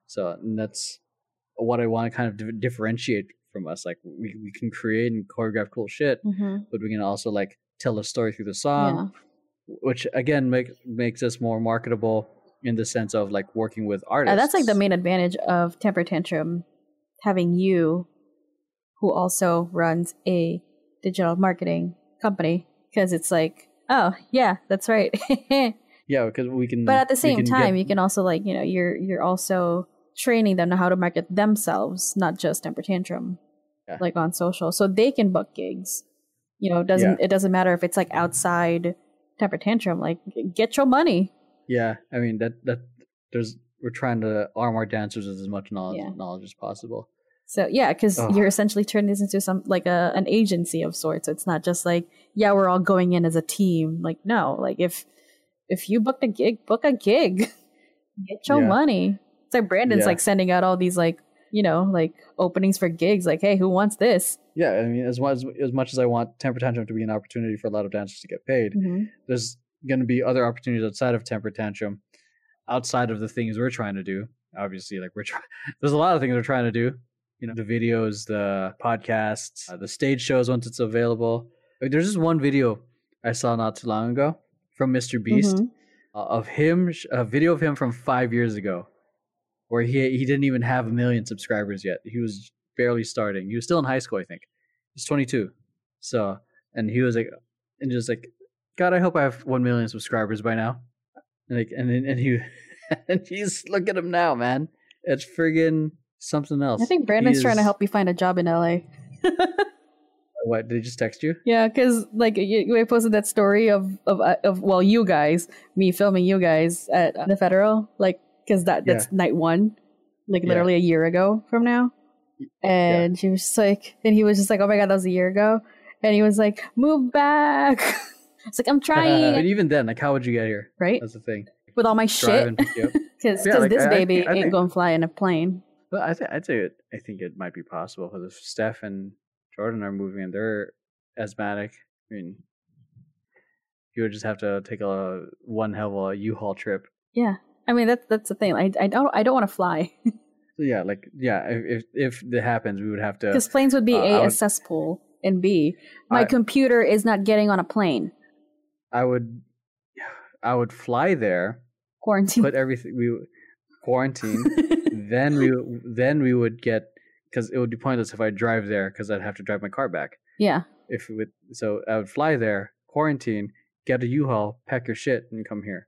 Speaker 1: so and that's what I want to kind of dif- differentiate from us. Like we, we can create and choreograph cool shit,
Speaker 3: hmm
Speaker 1: but we can also like tell a story through the
Speaker 3: yeah.
Speaker 1: song, which again make, makes us more marketable in the sense of like working with artists.
Speaker 3: Uh, that's like the main advantage of Temper Tantrum having you, who also runs a digital marketing company, because it's like, oh yeah, that's right. *laughs* but
Speaker 1: yeah because we can.
Speaker 3: at the
Speaker 1: Mm, we
Speaker 3: same
Speaker 1: can get-
Speaker 3: time, you can also like you know you're you're also training them on how to market themselves, not just Temper Tantrum,
Speaker 1: Yeah.
Speaker 3: like on social, so they can book gigs. You know, it doesn't it doesn't matter if it's like outside Temper Tantrum, like get your money.
Speaker 1: yeah, I mean that that there's we're trying to arm our dancers with as much knowledge
Speaker 3: Yeah.
Speaker 1: knowledge as possible.
Speaker 3: So yeah, because
Speaker 1: Ugh.
Speaker 3: you're essentially turning this into some like a an agency of sorts. It's not just like yeah, we're all going in as a team. Like no, like if if you booked a gig, book a gig, *laughs* get your
Speaker 5: Yeah.
Speaker 3: money. It's like Brandon's
Speaker 5: Yeah.
Speaker 3: like sending out all these like you know like openings for gigs. Like hey, who wants this?
Speaker 1: Yeah, I mean as much as, as much as I want temper tantrum to be an opportunity for a lot of dancers to get paid, there's going to be other opportunities outside of temper tantrum outside of the things we're trying to do obviously like we're trying *laughs* there's a lot of things we're trying to do you know the videos the podcasts uh, the stage shows once it's available Like, there's just one video i saw not too long ago from mr beast
Speaker 3: Mhm.
Speaker 1: uh, of him sh- a video of him from five years ago where he he didn't even have a million subscribers yet he was barely starting he was still in high school i think he's 22 so and he was like and just like god i hope i have 1 million subscribers by now and like and then- and he *laughs* and he's look at him now man it's friggin something else
Speaker 3: I think Brandon's
Speaker 1: He
Speaker 3: trying to
Speaker 1: is-
Speaker 3: help you find a job in LA.
Speaker 1: what did he just text you
Speaker 3: Yeah, because like you, you posted that story of of uh, of well, you guys, me filming you guys at uh, the federal, like because that that's night one, like
Speaker 1: Yeah.
Speaker 3: literally a year ago from now. And she was just like, and he was just like, oh my god, that was a year ago, and he was like, move back. *laughs* it's like I'm
Speaker 1: but
Speaker 3: trying,
Speaker 1: *laughs* even then like how would you get here
Speaker 3: right?
Speaker 1: that's the thing
Speaker 3: With all my shit, *laughs*
Speaker 1: driving pick you up.
Speaker 3: because
Speaker 1: Yeah, like,
Speaker 3: this
Speaker 1: I- I
Speaker 3: baby
Speaker 1: think- I
Speaker 3: ain't
Speaker 1: think-
Speaker 3: gonna fly in a plane.
Speaker 1: Well, I think I'd say it, I think it might be possible because if Steph and Jordan are moving and they're asthmatic, I mean, you would just have to take a one hell of a U-Haul trip.
Speaker 3: I mean, that's that's the thing. I, I don't I don't want to fly
Speaker 1: So yeah, like yeah, if if, if it happens, we would have to.
Speaker 3: because planes would be
Speaker 1: Uh, I
Speaker 3: a, a
Speaker 1: would-
Speaker 3: cesspool and b my
Speaker 1: I-
Speaker 3: computer is not getting on a plane.
Speaker 1: I would, I would fly there,
Speaker 3: Quarantine.
Speaker 1: put everything we would- quarantine,
Speaker 3: *laughs*
Speaker 1: then we would- then we would get because it would be pointless if I drive there because I'd have to drive my car back.
Speaker 3: yeah.
Speaker 1: if it would so I would fly there, quarantine, get a U-Haul, pack your shit, and come here.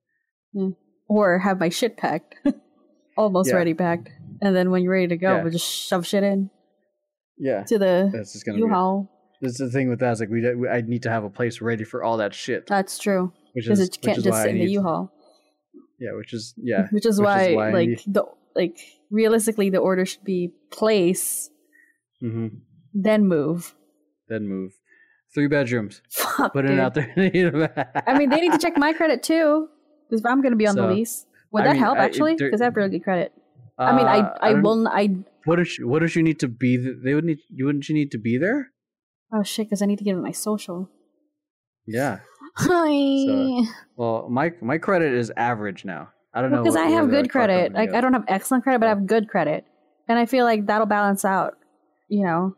Speaker 3: Or have my shit packed. *laughs* Almost
Speaker 1: Yeah.
Speaker 3: ready packed. And then when you're ready to go,
Speaker 1: Yeah.
Speaker 3: we'll just shove shit in
Speaker 1: Yeah,
Speaker 3: to the
Speaker 1: that's just gonna
Speaker 3: U Haul.
Speaker 1: be. That's the thing with that is like we, we I need to have a place ready for all that shit,
Speaker 3: That's true.
Speaker 1: which
Speaker 3: Because
Speaker 1: is
Speaker 3: it
Speaker 1: which
Speaker 3: can't
Speaker 1: is
Speaker 3: just
Speaker 1: why I
Speaker 3: sit in the
Speaker 1: need-
Speaker 3: U Haul.
Speaker 1: Yeah, which is
Speaker 3: *laughs*
Speaker 1: yeah,
Speaker 3: Which
Speaker 1: which is
Speaker 3: is why,
Speaker 1: why I
Speaker 3: like,
Speaker 1: need-
Speaker 3: the like realistically, the order should be place,
Speaker 1: hmm
Speaker 3: then move. *laughs*
Speaker 1: then move. Three bedrooms,
Speaker 3: Fuck.
Speaker 1: put it
Speaker 3: dude.
Speaker 1: out there. *laughs* I
Speaker 3: I mean, they need to check my credit too. Because I'm going to be on
Speaker 1: So,
Speaker 3: the lease. Would
Speaker 1: I
Speaker 3: that
Speaker 1: mean,
Speaker 3: help,
Speaker 1: I-
Speaker 3: actually?
Speaker 1: there- Uh,
Speaker 3: Because I have really good credit. I mean, I, I, will. n- I
Speaker 1: What if you- what if you need to be? th- They would need. You wouldn't you need to be there?
Speaker 3: oh shit, because I need to get my social. *laughs*
Speaker 1: Yeah.
Speaker 3: Hi.
Speaker 1: Well, my my credit is average now. I don't know
Speaker 3: because
Speaker 1: what-
Speaker 3: I have
Speaker 1: where the
Speaker 3: good
Speaker 1: car
Speaker 3: credit.
Speaker 1: company
Speaker 3: Like
Speaker 1: goes.
Speaker 3: I don't have excellent credit, but I have good credit, and I feel like that'll balance out. You know,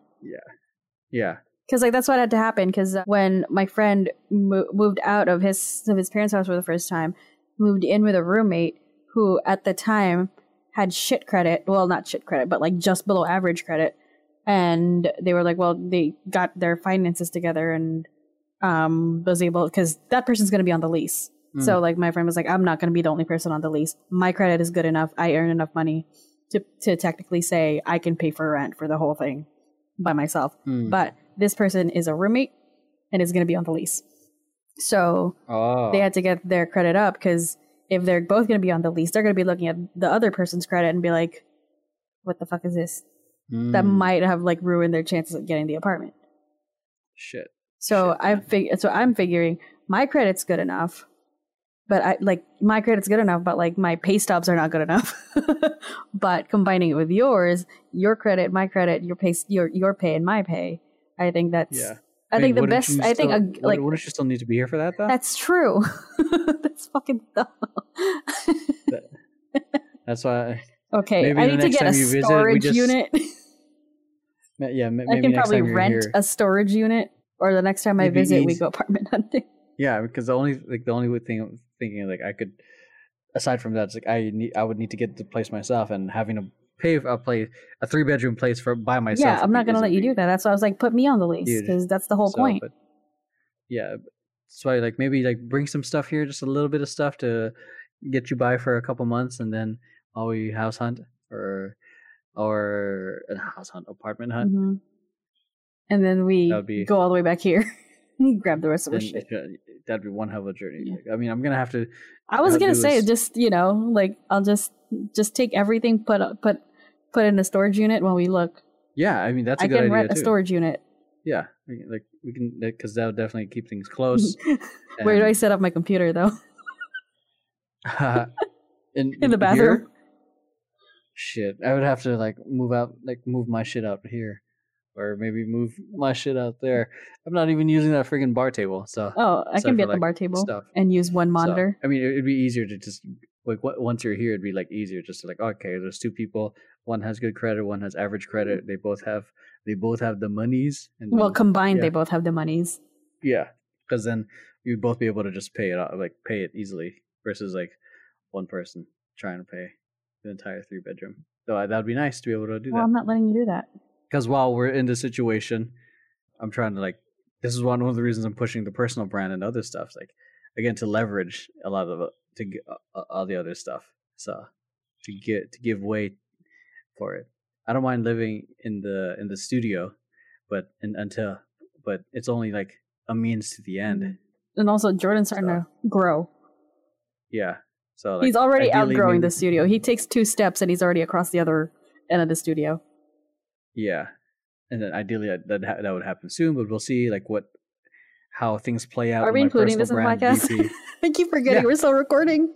Speaker 1: Yeah.
Speaker 3: Because like that's what had to happen. Because when my friend mo- moved out of his of his parents' house for the first time, moved in with a roommate who at the time had shit credit. Well, not shit credit, but like just below average credit. And they were like, well, they got their finances together and um, was able because that person's going to be on the lease. So like my friend was like, I'm not going to be the only person on the lease. My credit is good enough. I earn enough money to to technically say I can pay for rent for the whole thing by myself.
Speaker 1: Hmm.
Speaker 3: Mm, But this person is a roommate and is going to be on the lease. So
Speaker 1: oh.
Speaker 3: they had to get their credit up because if they're both going to be on the lease, they're going to be looking at the other person's credit and be like, "What the fuck is this?" That
Speaker 1: Hmm.
Speaker 3: might have like ruined their chances of getting the apartment.
Speaker 1: shit.
Speaker 3: So
Speaker 1: Shit,
Speaker 3: I fig- so I'm figuring my credit's good enough, but I like my credit's good enough, but like my pay stubs are not good enough. *laughs* but combining it with yours, your credit, my credit, your pay, s- your your pay, and my pay, I think that's.
Speaker 1: Yeah.
Speaker 3: I
Speaker 1: Wait,
Speaker 3: think the
Speaker 1: wouldn't
Speaker 3: best.
Speaker 1: you
Speaker 3: I
Speaker 1: still-
Speaker 3: think a, like
Speaker 1: wouldn't- wouldn't you still need to be here for that though?
Speaker 3: that's true. *laughs* that's fucking dumb.
Speaker 1: That's why.
Speaker 3: *laughs* okay,
Speaker 1: Maybe
Speaker 3: I
Speaker 1: the
Speaker 3: need to
Speaker 1: next
Speaker 3: get
Speaker 1: time
Speaker 3: a
Speaker 1: you visit, we
Speaker 3: storage
Speaker 1: just-
Speaker 3: unit. *laughs*
Speaker 1: ma- Yeah, ma-
Speaker 3: I
Speaker 1: maybe
Speaker 3: can
Speaker 1: next
Speaker 3: probably
Speaker 1: time you're
Speaker 3: rent
Speaker 1: here.
Speaker 3: a storage unit, or the next time I
Speaker 1: It'd be
Speaker 3: visit, we
Speaker 1: easy.
Speaker 3: go apartment *laughs* hunting.
Speaker 1: Yeah, because the only like the only thing I'm thinking like I could, aside from that, is like I need I would need to get the place myself and having to pay a place a three bedroom place for by myself.
Speaker 3: Yeah, I'm not gonna let you do that. That's why I was like, put me on the lease
Speaker 1: Huge.
Speaker 3: because that's the whole point.
Speaker 1: But, yeah, but- that's why like maybe like bring some stuff here, just a little bit of stuff to get you by for a couple months, and then while we house hunt or or a house hunt apartment hunt.
Speaker 3: Mhm. And then we
Speaker 1: That would be-
Speaker 3: go all the way back here, *laughs* grab the rest of our
Speaker 1: then
Speaker 3: shit.
Speaker 1: it- that'd be one hell of a journey.
Speaker 3: Yeah.
Speaker 1: Like, I mean, I'm gonna have to.
Speaker 3: I was
Speaker 1: I'll
Speaker 3: gonna
Speaker 1: do
Speaker 3: say
Speaker 1: is-
Speaker 3: just you know like I'll just just take everything put put put in a storage unit while we look.
Speaker 1: Yeah, I mean that's a
Speaker 3: I
Speaker 1: good
Speaker 3: can
Speaker 1: idea
Speaker 3: rent
Speaker 1: too.
Speaker 3: a storage unit.
Speaker 1: Yeah, I mean, like we can because that would definitely keep
Speaker 3: *laughs*
Speaker 1: things close.
Speaker 3: Mm-hmm. Where do I
Speaker 1: and- *laughs* uh,
Speaker 3: set up my computer though? *laughs*
Speaker 1: in,
Speaker 3: In the
Speaker 1: here?
Speaker 3: bathroom? *laughs*
Speaker 1: Shit, I would have to like move out, like move my shit out here, or maybe move my shit out there. I'm not even using that friggin' bar table, so
Speaker 3: Oh, I
Speaker 1: Set
Speaker 3: can
Speaker 1: for,
Speaker 3: be at the
Speaker 1: like,
Speaker 3: bar table
Speaker 1: stuff.
Speaker 3: and use one
Speaker 1: So,
Speaker 3: monitor.
Speaker 1: I mean, it- it'd be easier to just like what, once you're here, it'd be like easier just to like okay, there's two people. One has good credit, one has average credit. They both have they both have the monies. And
Speaker 3: Mm. well,
Speaker 1: they'll-
Speaker 3: combined,
Speaker 1: yeah.
Speaker 3: they both have the monies.
Speaker 1: yeah, because then you'd both be able to just pay it out, like pay it easily versus like one person trying to pay the entire three bedroom. So I, that'd be nice to be able to do
Speaker 3: Well, I'm
Speaker 1: that.
Speaker 3: not letting you do that.
Speaker 1: Because while we're in this situation, I'm trying to like this is one one of the reasons I'm pushing the personal brand and other stuff. Like again, to leverage a lot of uh, to g- uh, uh, all the other stuff. So to get to give way for it. I don't mind living in the in the studio, but and until but it's only like a means to the end.
Speaker 3: And also, Jordan's starting
Speaker 1: So-
Speaker 3: to grow.
Speaker 1: Yeah. So
Speaker 3: he's
Speaker 1: like,
Speaker 3: already
Speaker 1: ideally,
Speaker 3: outgrowing
Speaker 1: maybe-
Speaker 3: the studio. He takes two steps and he's already across the other end of the studio.
Speaker 1: Yeah, and then ideally that that, ha- that would happen soon, but we'll see like what how things play out.
Speaker 3: Are
Speaker 1: with
Speaker 3: we
Speaker 1: my
Speaker 3: including this in the
Speaker 1: personal brand,
Speaker 3: podcast?
Speaker 1: VP.
Speaker 3: I keep forgetting
Speaker 1: Yeah.
Speaker 3: we're still recording.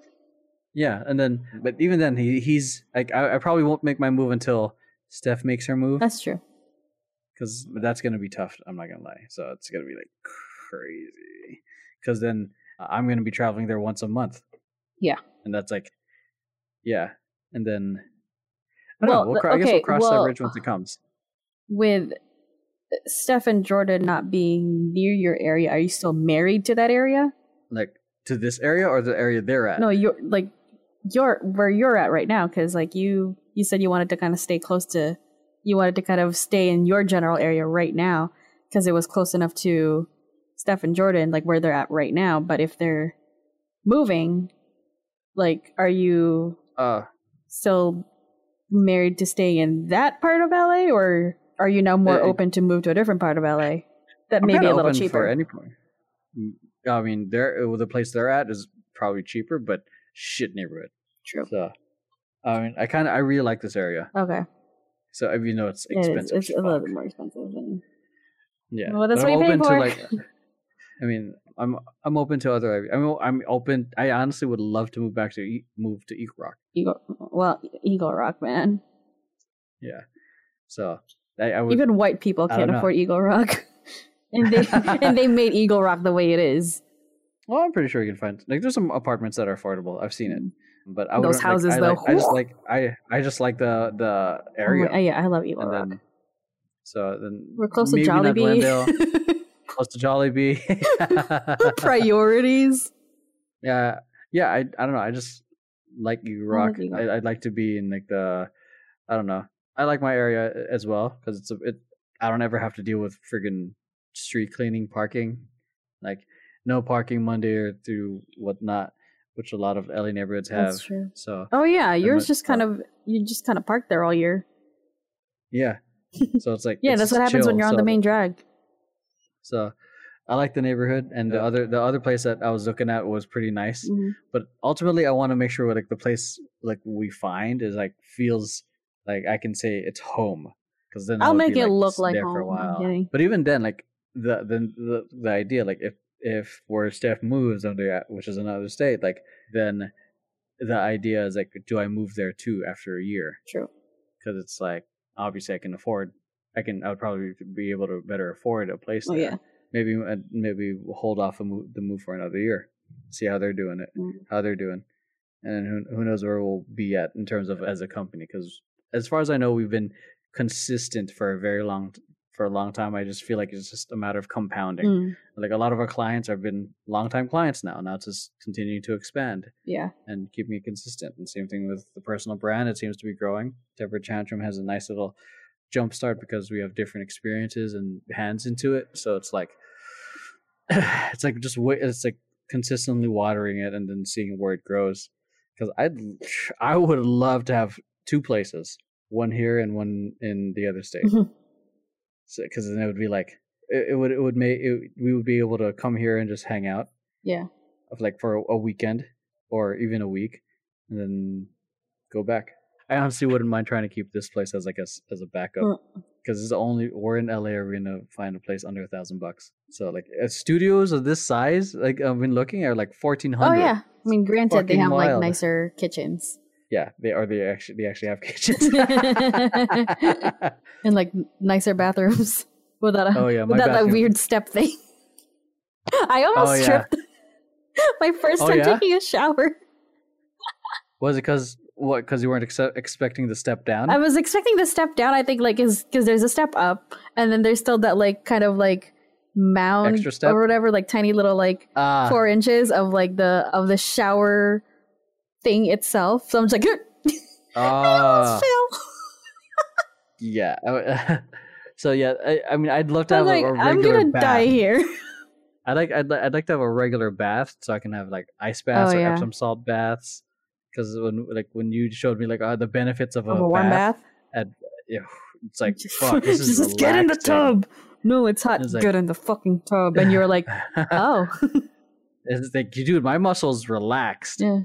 Speaker 1: yeah, and then but even then he he's like I, I probably won't make my move until Steph makes her move
Speaker 3: That's true.
Speaker 1: because that's gonna be tough. I'm not gonna lie. So it's gonna be like crazy because then uh, I'm gonna be traveling there once a month.
Speaker 3: Yeah.
Speaker 1: and that's like yeah, and then. I don't
Speaker 3: Well,
Speaker 1: know. We'll
Speaker 3: the-
Speaker 1: cro- I guess we'll
Speaker 3: okay,
Speaker 1: cross that
Speaker 3: well-
Speaker 1: bridge once it comes.
Speaker 3: With Steph and Jordan not being near your area, are you still married to that area?
Speaker 1: Like to this area or the area they're at.
Speaker 3: No, you're like you're where you're at right now because like you you said you wanted to kind of stay close to you wanted to kind of stay in your general area right now because it was close enough to Steph and Jordan like where they're at right now. But if they're moving, like, are you
Speaker 1: Uh,
Speaker 3: still married to staying in that part of LA, or are you now more
Speaker 1: Uh,
Speaker 3: open to move to a different part of LA that
Speaker 1: I'm
Speaker 3: may be
Speaker 1: kinda
Speaker 3: a little
Speaker 1: open
Speaker 3: cheaper?
Speaker 1: For any point. Mm, I mean, there uh, the place they're at is probably cheaper, but shit neighborhood.
Speaker 3: True.
Speaker 1: So, I mean, I kind of I really like this area.
Speaker 3: Okay,
Speaker 1: So even though it's
Speaker 3: Yeah, it's,
Speaker 1: expensive,
Speaker 3: it's
Speaker 1: as
Speaker 3: a little
Speaker 1: fuck.
Speaker 3: bit more expensive. Than...
Speaker 1: yeah.
Speaker 3: Well, that's
Speaker 1: but
Speaker 3: what you
Speaker 1: I'm
Speaker 3: pay
Speaker 1: open
Speaker 3: for.
Speaker 1: to
Speaker 3: *laughs*
Speaker 1: like. *laughs* I mean, I'm I'm open to other. I'm I'm open. I honestly would love to move back to E- move to Eagle Rock.
Speaker 3: Eagle, well, Eagle Rock, man.
Speaker 1: Yeah. So I, I would.
Speaker 3: Even white people
Speaker 1: I
Speaker 3: can't
Speaker 1: don't know.
Speaker 3: afford
Speaker 1: *laughs*
Speaker 3: Eagle Rock, and they and they made Eagle Rock the way it is.
Speaker 1: Well, I'm pretty sure you can find like there's some apartments that are affordable. I've seen it, but I would
Speaker 3: Mm. Those
Speaker 1: like,
Speaker 3: houses,
Speaker 1: I
Speaker 3: though,
Speaker 1: like- I just like I I just like the the
Speaker 3: Oh my-
Speaker 1: area.
Speaker 3: yeah, I love Eagle
Speaker 1: and
Speaker 3: Rock.
Speaker 1: then So then
Speaker 3: We're close to
Speaker 1: maybe not Glendale,
Speaker 3: *laughs* Jollibee.
Speaker 1: close to *laughs*
Speaker 3: *laughs*
Speaker 1: Jollibee.
Speaker 3: Priorities.
Speaker 1: yeah, yeah. I I don't know. I just like you rock.
Speaker 3: you rock.
Speaker 1: I, I'd like to be in like the I don't know. I like my area a- as well because it's a, it. I don't ever have to deal with friggin' street cleaning, parking, like no parking Monday or through whatnot, which a lot of LA neighborhoods *laughs* have.
Speaker 3: That's true.
Speaker 1: So
Speaker 3: Oh yeah, yours
Speaker 1: much
Speaker 3: just kind of you just kind of parked there all year. *laughs*
Speaker 1: yeah, so it's like
Speaker 3: Yeah,
Speaker 1: it's
Speaker 3: that's what happens when
Speaker 1: chill,
Speaker 3: you're on the
Speaker 1: so-
Speaker 3: main drag.
Speaker 1: So I like the neighborhood, and the other the other place that I was looking at was pretty nice.
Speaker 3: Mhm.
Speaker 1: But ultimately, I want to make sure like the place like we find is like feels like I can say it's home because then I
Speaker 3: I'll
Speaker 1: would
Speaker 3: make
Speaker 1: be,
Speaker 3: it look
Speaker 1: s-
Speaker 3: like
Speaker 1: there for a
Speaker 3: home, I'm
Speaker 1: while.
Speaker 3: kidding.
Speaker 1: But even then, like the the the, the idea like if if where Steph moves under which is another state, like then the idea is like do I move there too after a year?
Speaker 3: True.
Speaker 1: Because it's like obviously I can afford. I can. I would probably be able to better afford a place.
Speaker 3: Oh
Speaker 1: there
Speaker 3: yeah.
Speaker 1: maybe uh, maybe we'll hold off the move, the move for another year, see how they're doing it,
Speaker 3: Mm.
Speaker 1: how they're doing, and then who who knows where we'll be at in terms of as a company. Because as far as I know, we've been consistent for a very long t- for a long time. I just feel like it's just a matter of compounding.
Speaker 3: Mm,
Speaker 1: Like a lot of our clients have been longtime clients now. Now it's just continuing to expand
Speaker 3: yeah.
Speaker 1: and keeping it consistent. And same thing with the personal brand; it seems to be growing. Deborah Chantrum has a nice little jump start because we have different experiences and hands into it. So it's like *sighs* it's like just wait, it's like consistently watering it and then seeing where it grows. Because I I would love to have two places, one here and one in the other state.
Speaker 3: Mhm.
Speaker 1: So because then it would be like it, it would it would make it, we would be able to come here and just hang out
Speaker 3: Yeah.
Speaker 1: of like for a weekend or even a week and then go back. I honestly wouldn't mind trying to keep this place as like a s- as a backup
Speaker 3: Mm.
Speaker 1: because it's the only we're in LA are we gonna find a place under a thousand bucks. So like uh, studios of this size, like I've been looking are like fourteen
Speaker 3: Oh
Speaker 1: hundred.
Speaker 3: yeah. I mean, granted, they
Speaker 1: Fucking
Speaker 3: have like
Speaker 1: wild.
Speaker 3: nicer kitchens
Speaker 1: yeah. They are they actually they actually
Speaker 3: *laughs*
Speaker 1: have *laughs* kitchens.
Speaker 3: and like nicer bathrooms *laughs* without a,
Speaker 1: oh yeah, my
Speaker 3: without that
Speaker 1: bathroom.
Speaker 3: weird step thing. *laughs* I almost
Speaker 1: Oh, yeah.
Speaker 3: tripped *laughs* my first
Speaker 1: Oh,
Speaker 3: time
Speaker 1: yeah?
Speaker 3: taking a shower.
Speaker 1: Was it because what? Because you weren't exce- expecting the step down?
Speaker 3: I was expecting the step down. I think like is because there's a step up, and then there's still that like kind of like mound
Speaker 1: Extra step?
Speaker 3: or whatever, like tiny little like
Speaker 1: Ah,
Speaker 3: four inches of like the of the shower thing itself. So I'm just like,
Speaker 1: ah,
Speaker 3: fail.
Speaker 1: yeah. *laughs* I- so yeah, I, I mean, I'd love to
Speaker 3: I'm
Speaker 1: have
Speaker 3: like,
Speaker 1: a, a regular
Speaker 3: I'm gonna
Speaker 1: bath.
Speaker 3: die here.
Speaker 1: I like I'd, li- I'd like to have a regular bath so I can have like ice baths
Speaker 3: Oh,
Speaker 1: or
Speaker 3: yeah.
Speaker 1: Epsom salt baths. Because when like when you showed me like uh, the benefits of a,
Speaker 3: Of a warm
Speaker 1: bath,
Speaker 3: bath.
Speaker 1: ew, it's like
Speaker 3: *laughs*
Speaker 1: fuck, this is
Speaker 3: just get in the
Speaker 1: relaxing.
Speaker 3: tub. No, it's hot.
Speaker 1: It's like-
Speaker 3: get in the fucking tub. And
Speaker 1: *laughs*
Speaker 3: you're like, oh,
Speaker 1: it's like dude, my muscles relaxed.
Speaker 3: yeah.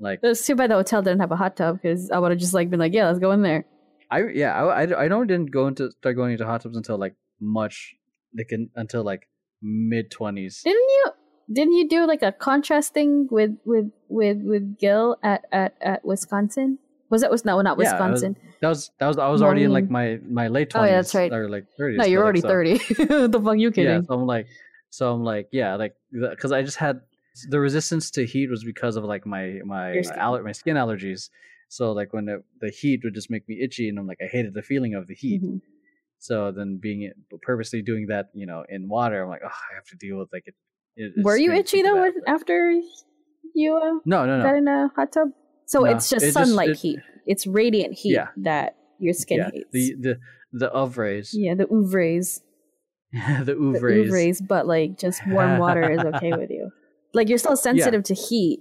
Speaker 1: Like
Speaker 3: It's too bad the hotel didn't have a hot tub because I would have just like been like, yeah, let's go in there.
Speaker 1: I yeah I I, I don't didn't go into start going into hot tubs until like much like in, until like mid twenties.
Speaker 3: Didn't you? Didn't you do like a contrast thing with with with with Gil at at at Wisconsin? Was that was no not
Speaker 1: Yeah, I was-
Speaker 3: Wisconsin?
Speaker 1: That was that was I was already in like my my late
Speaker 3: Oh,
Speaker 1: twenties.
Speaker 3: yeah, that's right.
Speaker 1: Or like thirties.
Speaker 3: no, you're already thirty. *laughs* the fuck you
Speaker 1: Yeah,
Speaker 3: kidding?
Speaker 1: so I'm like, so I'm like, yeah, like, because I just had the resistance to heat was because of like my my
Speaker 3: Your skin.
Speaker 1: aller- my skin allergies. So like when the, the heat would just make me itchy, and I'm like, I hated the feeling of the heat.
Speaker 3: Mhm.
Speaker 1: So then being it- purposely doing that, you know, in water, I'm like, oh, I have to deal with like it. it it
Speaker 3: Were you
Speaker 1: stings
Speaker 3: itchy
Speaker 1: super
Speaker 3: though
Speaker 1: bad."
Speaker 3: when, after you uh,
Speaker 1: No, no,
Speaker 3: got
Speaker 1: no.
Speaker 3: in a hot tub? So
Speaker 1: No,
Speaker 3: it's just
Speaker 1: it just-
Speaker 3: sunlight
Speaker 1: it-
Speaker 3: heat. It's radiant heat
Speaker 1: Yeah.
Speaker 3: that your skin
Speaker 1: yeah,
Speaker 3: hates.
Speaker 1: the the the UV rays,
Speaker 3: yeah, the UV rays.
Speaker 1: *laughs* the
Speaker 3: the
Speaker 1: UV
Speaker 3: rays.
Speaker 1: rays.
Speaker 3: but like just warm water is okay with you. Like you're still sensitive to heat,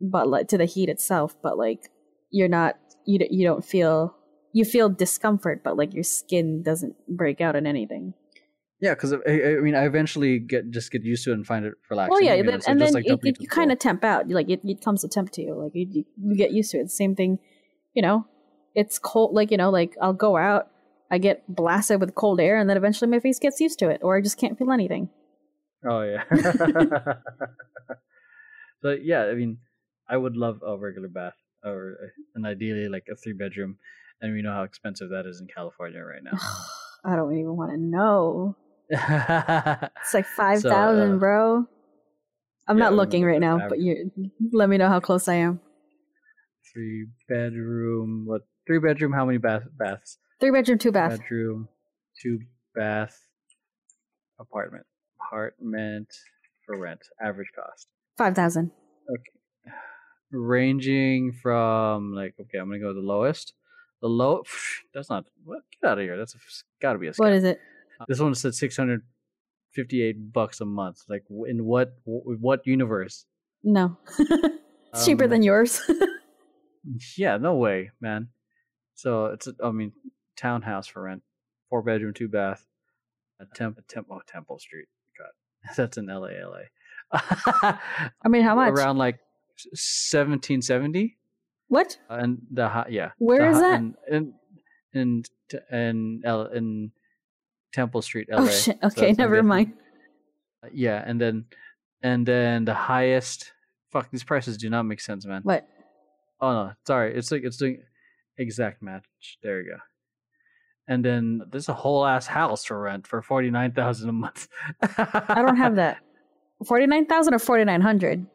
Speaker 3: but like to the heat itself, but like you're not you don't- you don't feel you feel discomfort, but like your skin doesn't break out in anything.
Speaker 1: Yeah, because I, I I mean, I eventually get just get used to it and find it relaxing.
Speaker 3: well, yeah,
Speaker 1: you know,
Speaker 3: then,
Speaker 1: so
Speaker 3: and
Speaker 1: just,
Speaker 3: then
Speaker 1: like,
Speaker 3: it,
Speaker 1: jumping
Speaker 3: it,
Speaker 1: into
Speaker 3: you
Speaker 1: the pool.
Speaker 3: kind of temp out. You, Like it, it comes to temp to you. Like you, you, you get used to it. Same thing, you know. It's cold. Like you know, like I'll go out, I get blasted with cold air, and then eventually my face gets used to it, or I just can't feel anything.
Speaker 1: Oh yeah. *laughs* but yeah, I mean, I would love a regular bath or uh, and ideally like a three bedroom, and we know how expensive that is in California right
Speaker 3: *sighs*
Speaker 1: *laughs*
Speaker 3: I don't even want to know.
Speaker 1: now.
Speaker 3: It's like five
Speaker 1: So,
Speaker 3: thousand,
Speaker 1: uh,
Speaker 3: bro. I'm
Speaker 1: yeah,
Speaker 3: not
Speaker 1: I'm
Speaker 3: looking
Speaker 1: looking
Speaker 3: right
Speaker 1: at
Speaker 3: now,
Speaker 1: the
Speaker 3: but you let me know how close I am.
Speaker 1: three bedroom, what? Three bedroom? How many bath baths?
Speaker 3: Three bedroom, two bath.
Speaker 1: Bedroom. two bath apartment. Apartment for rent. Average cost.
Speaker 3: Five thousand.
Speaker 1: Ranging from like okay, I'm gonna go the lowest. The low *sighs* that's not what get out of here. That's a, gotta be a scam.
Speaker 3: What is it?
Speaker 1: This one said 658 bucks a month. Like w- in what w- what universe? *laughs*
Speaker 3: No. *laughs* it's cheaper
Speaker 1: Um,
Speaker 3: than yours. *laughs*
Speaker 1: Yeah, no way, man. So it's a- I mean townhouse for rent, four bedroom, two bath, a temp, a temp, oh, Temple Street. God, *laughs* that's in LA, LA.
Speaker 3: I
Speaker 1: *laughs*
Speaker 3: mean, how much?
Speaker 1: Around like 1770,
Speaker 3: what?
Speaker 1: and the hi- yeah. the
Speaker 3: Where
Speaker 1: hi-
Speaker 3: is that?
Speaker 1: In in in, t- in, L- in Temple Street, LA.
Speaker 3: oh shit.
Speaker 1: So
Speaker 3: Okay,
Speaker 1: it's gonna be
Speaker 3: never
Speaker 1: a- Uh,
Speaker 3: mind.
Speaker 1: Yeah, and then and then the highest. Fuck, these prices do not make sense, man.
Speaker 3: What?
Speaker 1: Oh no, sorry. It's like it's doing exact match. There you go. And then there's a whole ass house for rent for forty nine thousand a month.
Speaker 3: I
Speaker 1: *laughs*
Speaker 3: don't have that. Forty nine thousand or forty nine hundred.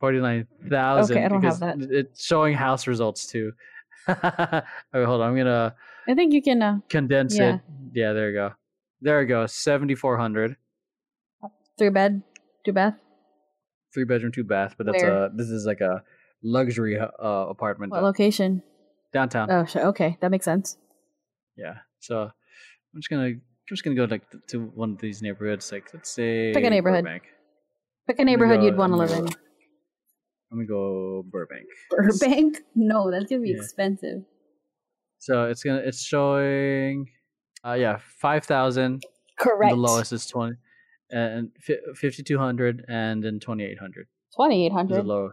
Speaker 1: forty nine thousand.
Speaker 3: Okay, I don't have that.
Speaker 1: It's showing house results too. *laughs* okay, hold on. I'm gonna
Speaker 3: I think you can uh,
Speaker 1: condense
Speaker 3: Yeah.
Speaker 1: it. Yeah, there you go. There you go. Seventy four hundred.
Speaker 3: three bed, two bath.
Speaker 1: Three bedroom, two bath. But that's
Speaker 3: Where?
Speaker 1: a this is like a luxury uh, apartment
Speaker 3: What location?
Speaker 1: downtown.
Speaker 3: Oh, sh- okay, that makes sense.
Speaker 1: Yeah. So I'm just gonna I'm just gonna go like t- to one of these neighborhoods. Like let's say
Speaker 3: Pick a neighborhood.
Speaker 1: Burbank.
Speaker 3: Pick a neighborhood
Speaker 1: go-
Speaker 3: you'd want to
Speaker 1: I'm
Speaker 3: live
Speaker 1: gonna
Speaker 3: in.
Speaker 1: I'm gonna go Burbank.
Speaker 3: Burbank? *laughs* No, that's gonna be
Speaker 1: Yeah.
Speaker 3: expensive.
Speaker 1: So it's gonna it's showing, uh yeah, five thousand.
Speaker 3: Correct.
Speaker 1: The lowest is twenty, and fifty two hundred, and then twenty eight hundred
Speaker 3: Twenty eight
Speaker 1: is a
Speaker 3: hundred
Speaker 1: low,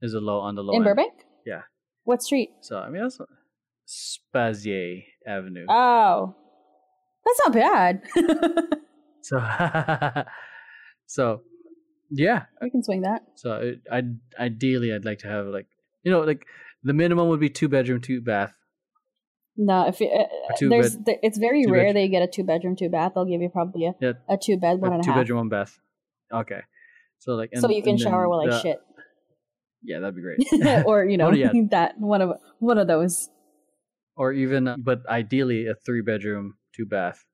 Speaker 1: is a low on the low
Speaker 3: Mm-hmm. in
Speaker 1: end.
Speaker 3: Burbank.
Speaker 1: Yeah.
Speaker 3: What street?
Speaker 1: So I mean that's Spazier Avenue.
Speaker 3: Oh, that's not bad.
Speaker 1: Uh,
Speaker 3: *laughs*
Speaker 1: So *laughs* so yeah,
Speaker 3: we can swing that.
Speaker 1: So I, I ideally I'd like to have like you know like the minimum would be two bedroom two bath.
Speaker 3: No, if you, uh,
Speaker 1: two
Speaker 3: there's
Speaker 1: bed-
Speaker 3: there, it's very
Speaker 1: two
Speaker 3: rare
Speaker 1: bed-
Speaker 3: they get a two bedroom two bath. They'll give you probably a,
Speaker 1: Yeah.
Speaker 3: a two bed one
Speaker 1: like,
Speaker 3: and a half.
Speaker 1: two bedroom one bath. Okay, so like
Speaker 3: so you can shower
Speaker 1: while
Speaker 3: while
Speaker 1: I
Speaker 3: like shit,
Speaker 1: Yeah, that'd be great. *laughs*
Speaker 3: *laughs* or you know
Speaker 1: Oh, yeah.
Speaker 3: that one of one of those.
Speaker 1: or even uh, but ideally a three bedroom two bath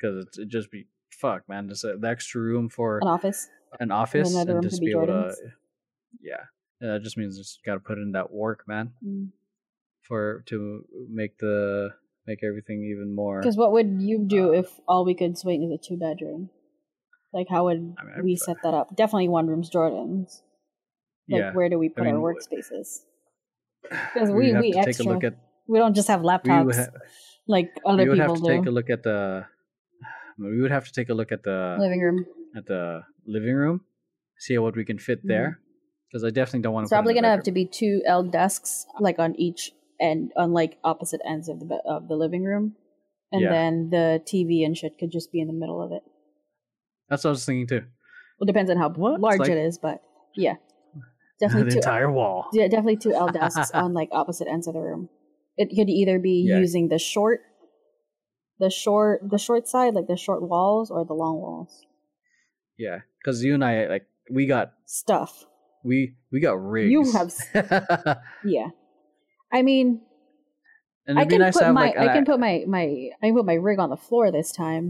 Speaker 1: because it'd just be fuck man just uh, the extra room for
Speaker 3: An office.
Speaker 1: an office
Speaker 3: another
Speaker 1: and,
Speaker 3: room could
Speaker 1: just
Speaker 3: be
Speaker 1: be able to
Speaker 3: Jordan's.
Speaker 1: yeah and that just means just got to put in that work man for to make the make everything even more
Speaker 3: Because what would you
Speaker 1: Uh,
Speaker 3: do if all we could swing is a two bedroom? Like how would
Speaker 1: I mean, I'd-
Speaker 3: we set that up? Definitely one room's Jordan's. Like
Speaker 1: yeah
Speaker 3: where do we put
Speaker 1: mean,
Speaker 3: our
Speaker 1: w- *sighs*
Speaker 3: workspaces? Because
Speaker 1: We'd
Speaker 3: we
Speaker 1: have
Speaker 3: we
Speaker 1: to
Speaker 3: extra.
Speaker 1: take a look at
Speaker 3: we don't just have
Speaker 1: we would
Speaker 3: laptops
Speaker 1: ha-
Speaker 3: like other
Speaker 1: we would
Speaker 3: people
Speaker 1: have to take
Speaker 3: do.
Speaker 1: a look at the *sighs* we would have to take a look at the
Speaker 3: Living room.
Speaker 1: at the living room see what we can fit
Speaker 3: Mhm.
Speaker 1: there because i definitely don't want
Speaker 3: It's
Speaker 1: to
Speaker 3: probably gonna have to be two L desks, like on each end, on like opposite ends of the be- of the living room, and
Speaker 1: Yeah.
Speaker 3: then the TV and shit could just be in the middle of it.
Speaker 1: that's what i was thinking too
Speaker 3: Well, depends on how
Speaker 1: What?
Speaker 3: large
Speaker 1: Like-
Speaker 3: it is, but
Speaker 1: *laughs*
Speaker 3: yeah,
Speaker 1: the
Speaker 3: *laughs* definitely two.
Speaker 1: entire wall
Speaker 3: yeah, definitely two L
Speaker 1: *laughs*
Speaker 3: desks on like opposite ends of the room. It could either be
Speaker 1: Yeah.
Speaker 3: using the short, the short, the short side, like the short walls, or the long walls.
Speaker 1: yeah because you and i like we got
Speaker 3: Stuff.
Speaker 1: we we got rigs
Speaker 3: You have s- Yeah, I mean,
Speaker 1: *laughs* and
Speaker 3: I
Speaker 1: it'd be
Speaker 3: can
Speaker 1: nice to
Speaker 3: put
Speaker 1: have
Speaker 3: my
Speaker 1: like
Speaker 3: I
Speaker 1: an-
Speaker 3: can put my my I can put my rig on the floor this time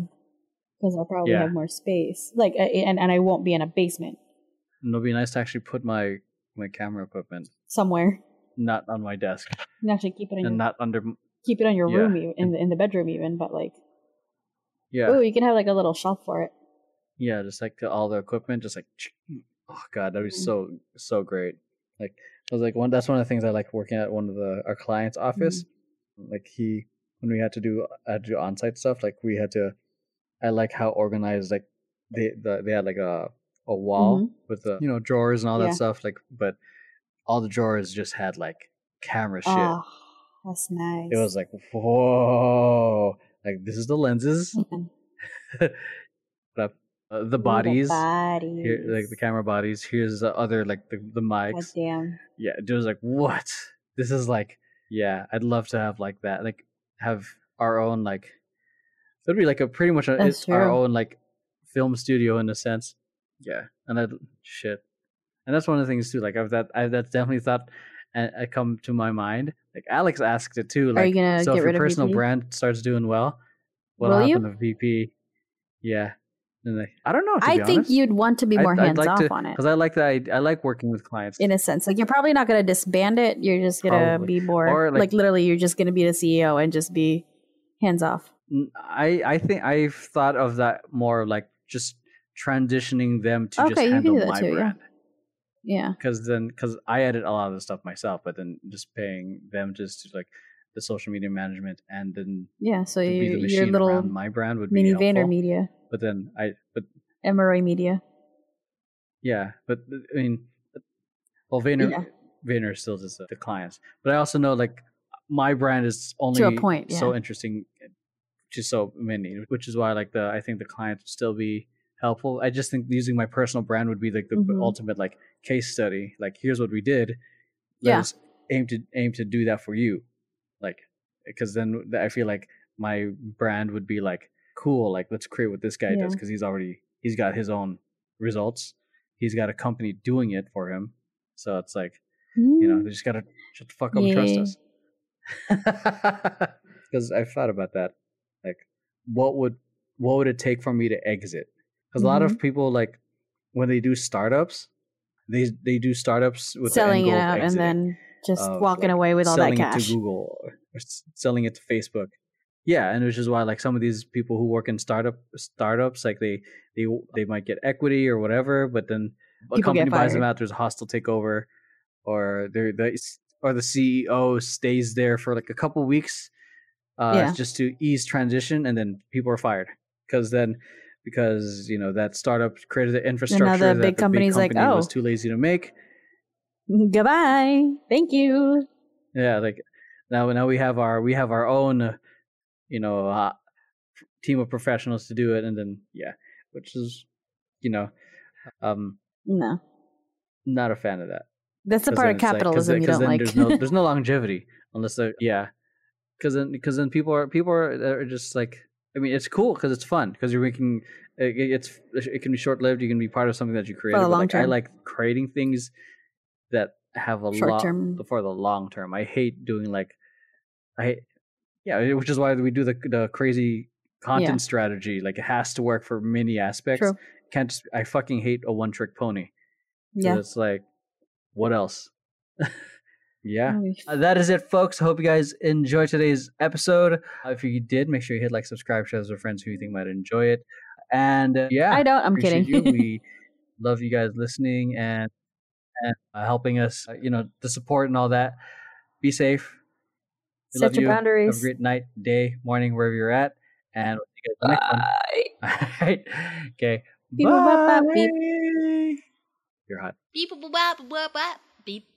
Speaker 3: because I'll probably
Speaker 1: Yeah.
Speaker 3: have more space. Like uh, and and I won't be in a basement
Speaker 1: and it'll be nice to actually put my my camera equipment
Speaker 3: somewhere.
Speaker 1: not on my desk
Speaker 3: You can actually keep it in your,
Speaker 1: and not under m-
Speaker 3: keep it on your
Speaker 1: yeah.
Speaker 3: room even, in the, in the bedroom even. But like,
Speaker 1: yeah
Speaker 3: oh, you can have like a little shelf for it.
Speaker 1: Yeah, just like the, all the equipment, just like, oh god, that'd be
Speaker 3: Mhm.
Speaker 1: so so great. Like I was like one. That's one of the things I like working at one of the our clients' office. Like he, when we had to do I had to do on-site stuff, like we had to. I like how organized like they the, they had like a a wall
Speaker 3: Mm-hmm.
Speaker 1: with the Mm-hmm. you know drawers and all
Speaker 3: Yeah.
Speaker 1: that stuff. Like, but all the drawers just had like camera shit.
Speaker 3: Ah, that's nice.
Speaker 1: It was like whoa, like this is the lenses,
Speaker 3: Mhm.
Speaker 1: the uh, the
Speaker 3: Ooh,
Speaker 1: bodies
Speaker 3: bodies.
Speaker 1: here like the camera bodies here's the other like the, the
Speaker 3: God
Speaker 1: mics
Speaker 3: damn.
Speaker 1: yeah it was like what this is like yeah i'd love to have like that like have our own like it'd be like a pretty much a,
Speaker 3: That's
Speaker 1: it's our
Speaker 3: true.
Speaker 1: own like film studio in a sense yeah and that shit and that's one of the things too like i've that i've that's definitely thought and I come to my mind like alex asked it too like
Speaker 3: Are you gonna
Speaker 1: so
Speaker 3: get
Speaker 1: if
Speaker 3: rid
Speaker 1: your
Speaker 3: of
Speaker 1: personal
Speaker 3: VP?
Speaker 1: brand starts doing well what
Speaker 3: Will you?
Speaker 1: happened to VP. Yeah, and they, I don't know. To
Speaker 3: I
Speaker 1: be
Speaker 3: think
Speaker 1: honest.
Speaker 3: you'd want to be more hands off on it.
Speaker 1: because I like that. I, I like working with clients.
Speaker 3: in a sense. Like you're probably not gonna disband it. You're just gonna
Speaker 1: Probably.
Speaker 3: be more
Speaker 1: Or, like-
Speaker 3: like, literally you're just gonna be the CEO and just be hands off.
Speaker 1: N- I I think I've thought of that more like just transitioning them to
Speaker 3: Okay, you
Speaker 1: just
Speaker 3: can
Speaker 1: handle
Speaker 3: do that
Speaker 1: my
Speaker 3: too, yeah.
Speaker 1: brand
Speaker 3: Yeah.
Speaker 1: because then because I edit a lot of the stuff myself, but then just paying them just to like the social media management and then
Speaker 3: Yeah. So
Speaker 1: to be the
Speaker 3: you, your
Speaker 1: machine around
Speaker 3: little
Speaker 1: my brand would be
Speaker 3: mini
Speaker 1: helpful.
Speaker 3: Vayner media.
Speaker 1: But then I but
Speaker 3: MRI media.
Speaker 1: yeah, but uh, I mean, well Vayner
Speaker 3: Yeah.
Speaker 1: Vayner still does the, the clients, but I also know like my brand is only
Speaker 3: point,
Speaker 1: so
Speaker 3: yeah.
Speaker 1: interesting eh, to so many, which is why like the I think the clients would still be helpful. I just think using my personal brand would be like the
Speaker 3: Mhm.
Speaker 1: ultimate like case study. Like here's what we did. Let
Speaker 3: Yeah.
Speaker 1: us aim to aim to do that for you, like because then I feel like my brand would be like cool. Like let's create what this guy does
Speaker 3: Yeah.
Speaker 1: because he's already he's got his own results. He's got a company doing it for him. So it's like
Speaker 3: Hmm.
Speaker 1: you know, they just gotta shut the fuck up and trust
Speaker 3: Yeah.
Speaker 1: us. *laughs* Because I've thought about that, like, what would what would it take for me to exit? Because a lot
Speaker 3: Mm-hmm.
Speaker 1: of people, like, when they do startups, they they do startups with
Speaker 3: selling
Speaker 1: the
Speaker 3: it
Speaker 1: end goal of
Speaker 3: out and
Speaker 1: exiting,
Speaker 3: then just
Speaker 1: of,
Speaker 3: walking
Speaker 1: like,
Speaker 3: away with all that
Speaker 1: selling
Speaker 3: cash.
Speaker 1: it to Google or s- selling it to Facebook. Yeah, and which is why like some of these people who work in startup startups, like they they they might get equity or whatever, but then a
Speaker 3: People get
Speaker 1: company buys them
Speaker 3: fired.
Speaker 1: out. There's a hostile takeover, or they're they or the CEO stays there for like a couple weeks, uh,
Speaker 3: Yeah.
Speaker 1: just to ease transition, and then people are fired because then because you know that startup created the infrastructure that
Speaker 3: big
Speaker 1: the big
Speaker 3: company's like,
Speaker 1: company was
Speaker 3: "Oh."
Speaker 1: too lazy to make,
Speaker 3: *laughs* Goodbye. Thank you.
Speaker 1: yeah like now now we have our we have our own uh, you know uh, team of professionals to do it and then yeah which is you know um
Speaker 3: No.
Speaker 1: not a fan of that
Speaker 3: That's the
Speaker 1: 'Cause then
Speaker 3: part of
Speaker 1: it's like- 'cause
Speaker 3: capitalism
Speaker 1: then-
Speaker 3: you
Speaker 1: 'cause
Speaker 3: don't
Speaker 1: then
Speaker 3: like.
Speaker 1: there's no there's no longevity unless they're yeah because then because then people are people are, are just like i mean it's cool because it's fun because you're making it, it- it's it can be short-lived you can be part of something that you created
Speaker 3: the
Speaker 1: but,
Speaker 3: long
Speaker 1: like, i
Speaker 3: term.
Speaker 1: like creating things that have a lot
Speaker 3: Short-term.
Speaker 1: for the long term i hate doing like i yeah which is why we do the the crazy content strategy like it has to work for many aspects
Speaker 3: *laughs* True.
Speaker 1: can't just i fucking hate a one-trick pony so
Speaker 3: Yeah.
Speaker 1: It's like, what else? *laughs* yeah.
Speaker 3: Oh,
Speaker 1: Uh, that is it, folks. Hope you guys enjoyed today's episode. Uh, if you did, make sure you hit like, subscribe, share this with friends who you think might enjoy it. And uh, yeah,
Speaker 3: I don't. I'm
Speaker 1: appreciate
Speaker 3: kidding.
Speaker 1: you. We love you guys listening and and uh, helping us. Uh, you know, the support and all that. Be safe. We
Speaker 3: *laughs* Set
Speaker 1: love
Speaker 3: your
Speaker 1: you. Have a
Speaker 3: boundaries.
Speaker 1: great night, day, morning, wherever you're at. And we'll see you guys in the next one. *laughs* All right. Okay.
Speaker 3: Beep, boop, bop, bop, beep.
Speaker 1: You're hot.
Speaker 2: beep boop, boop, boop, boop, beep.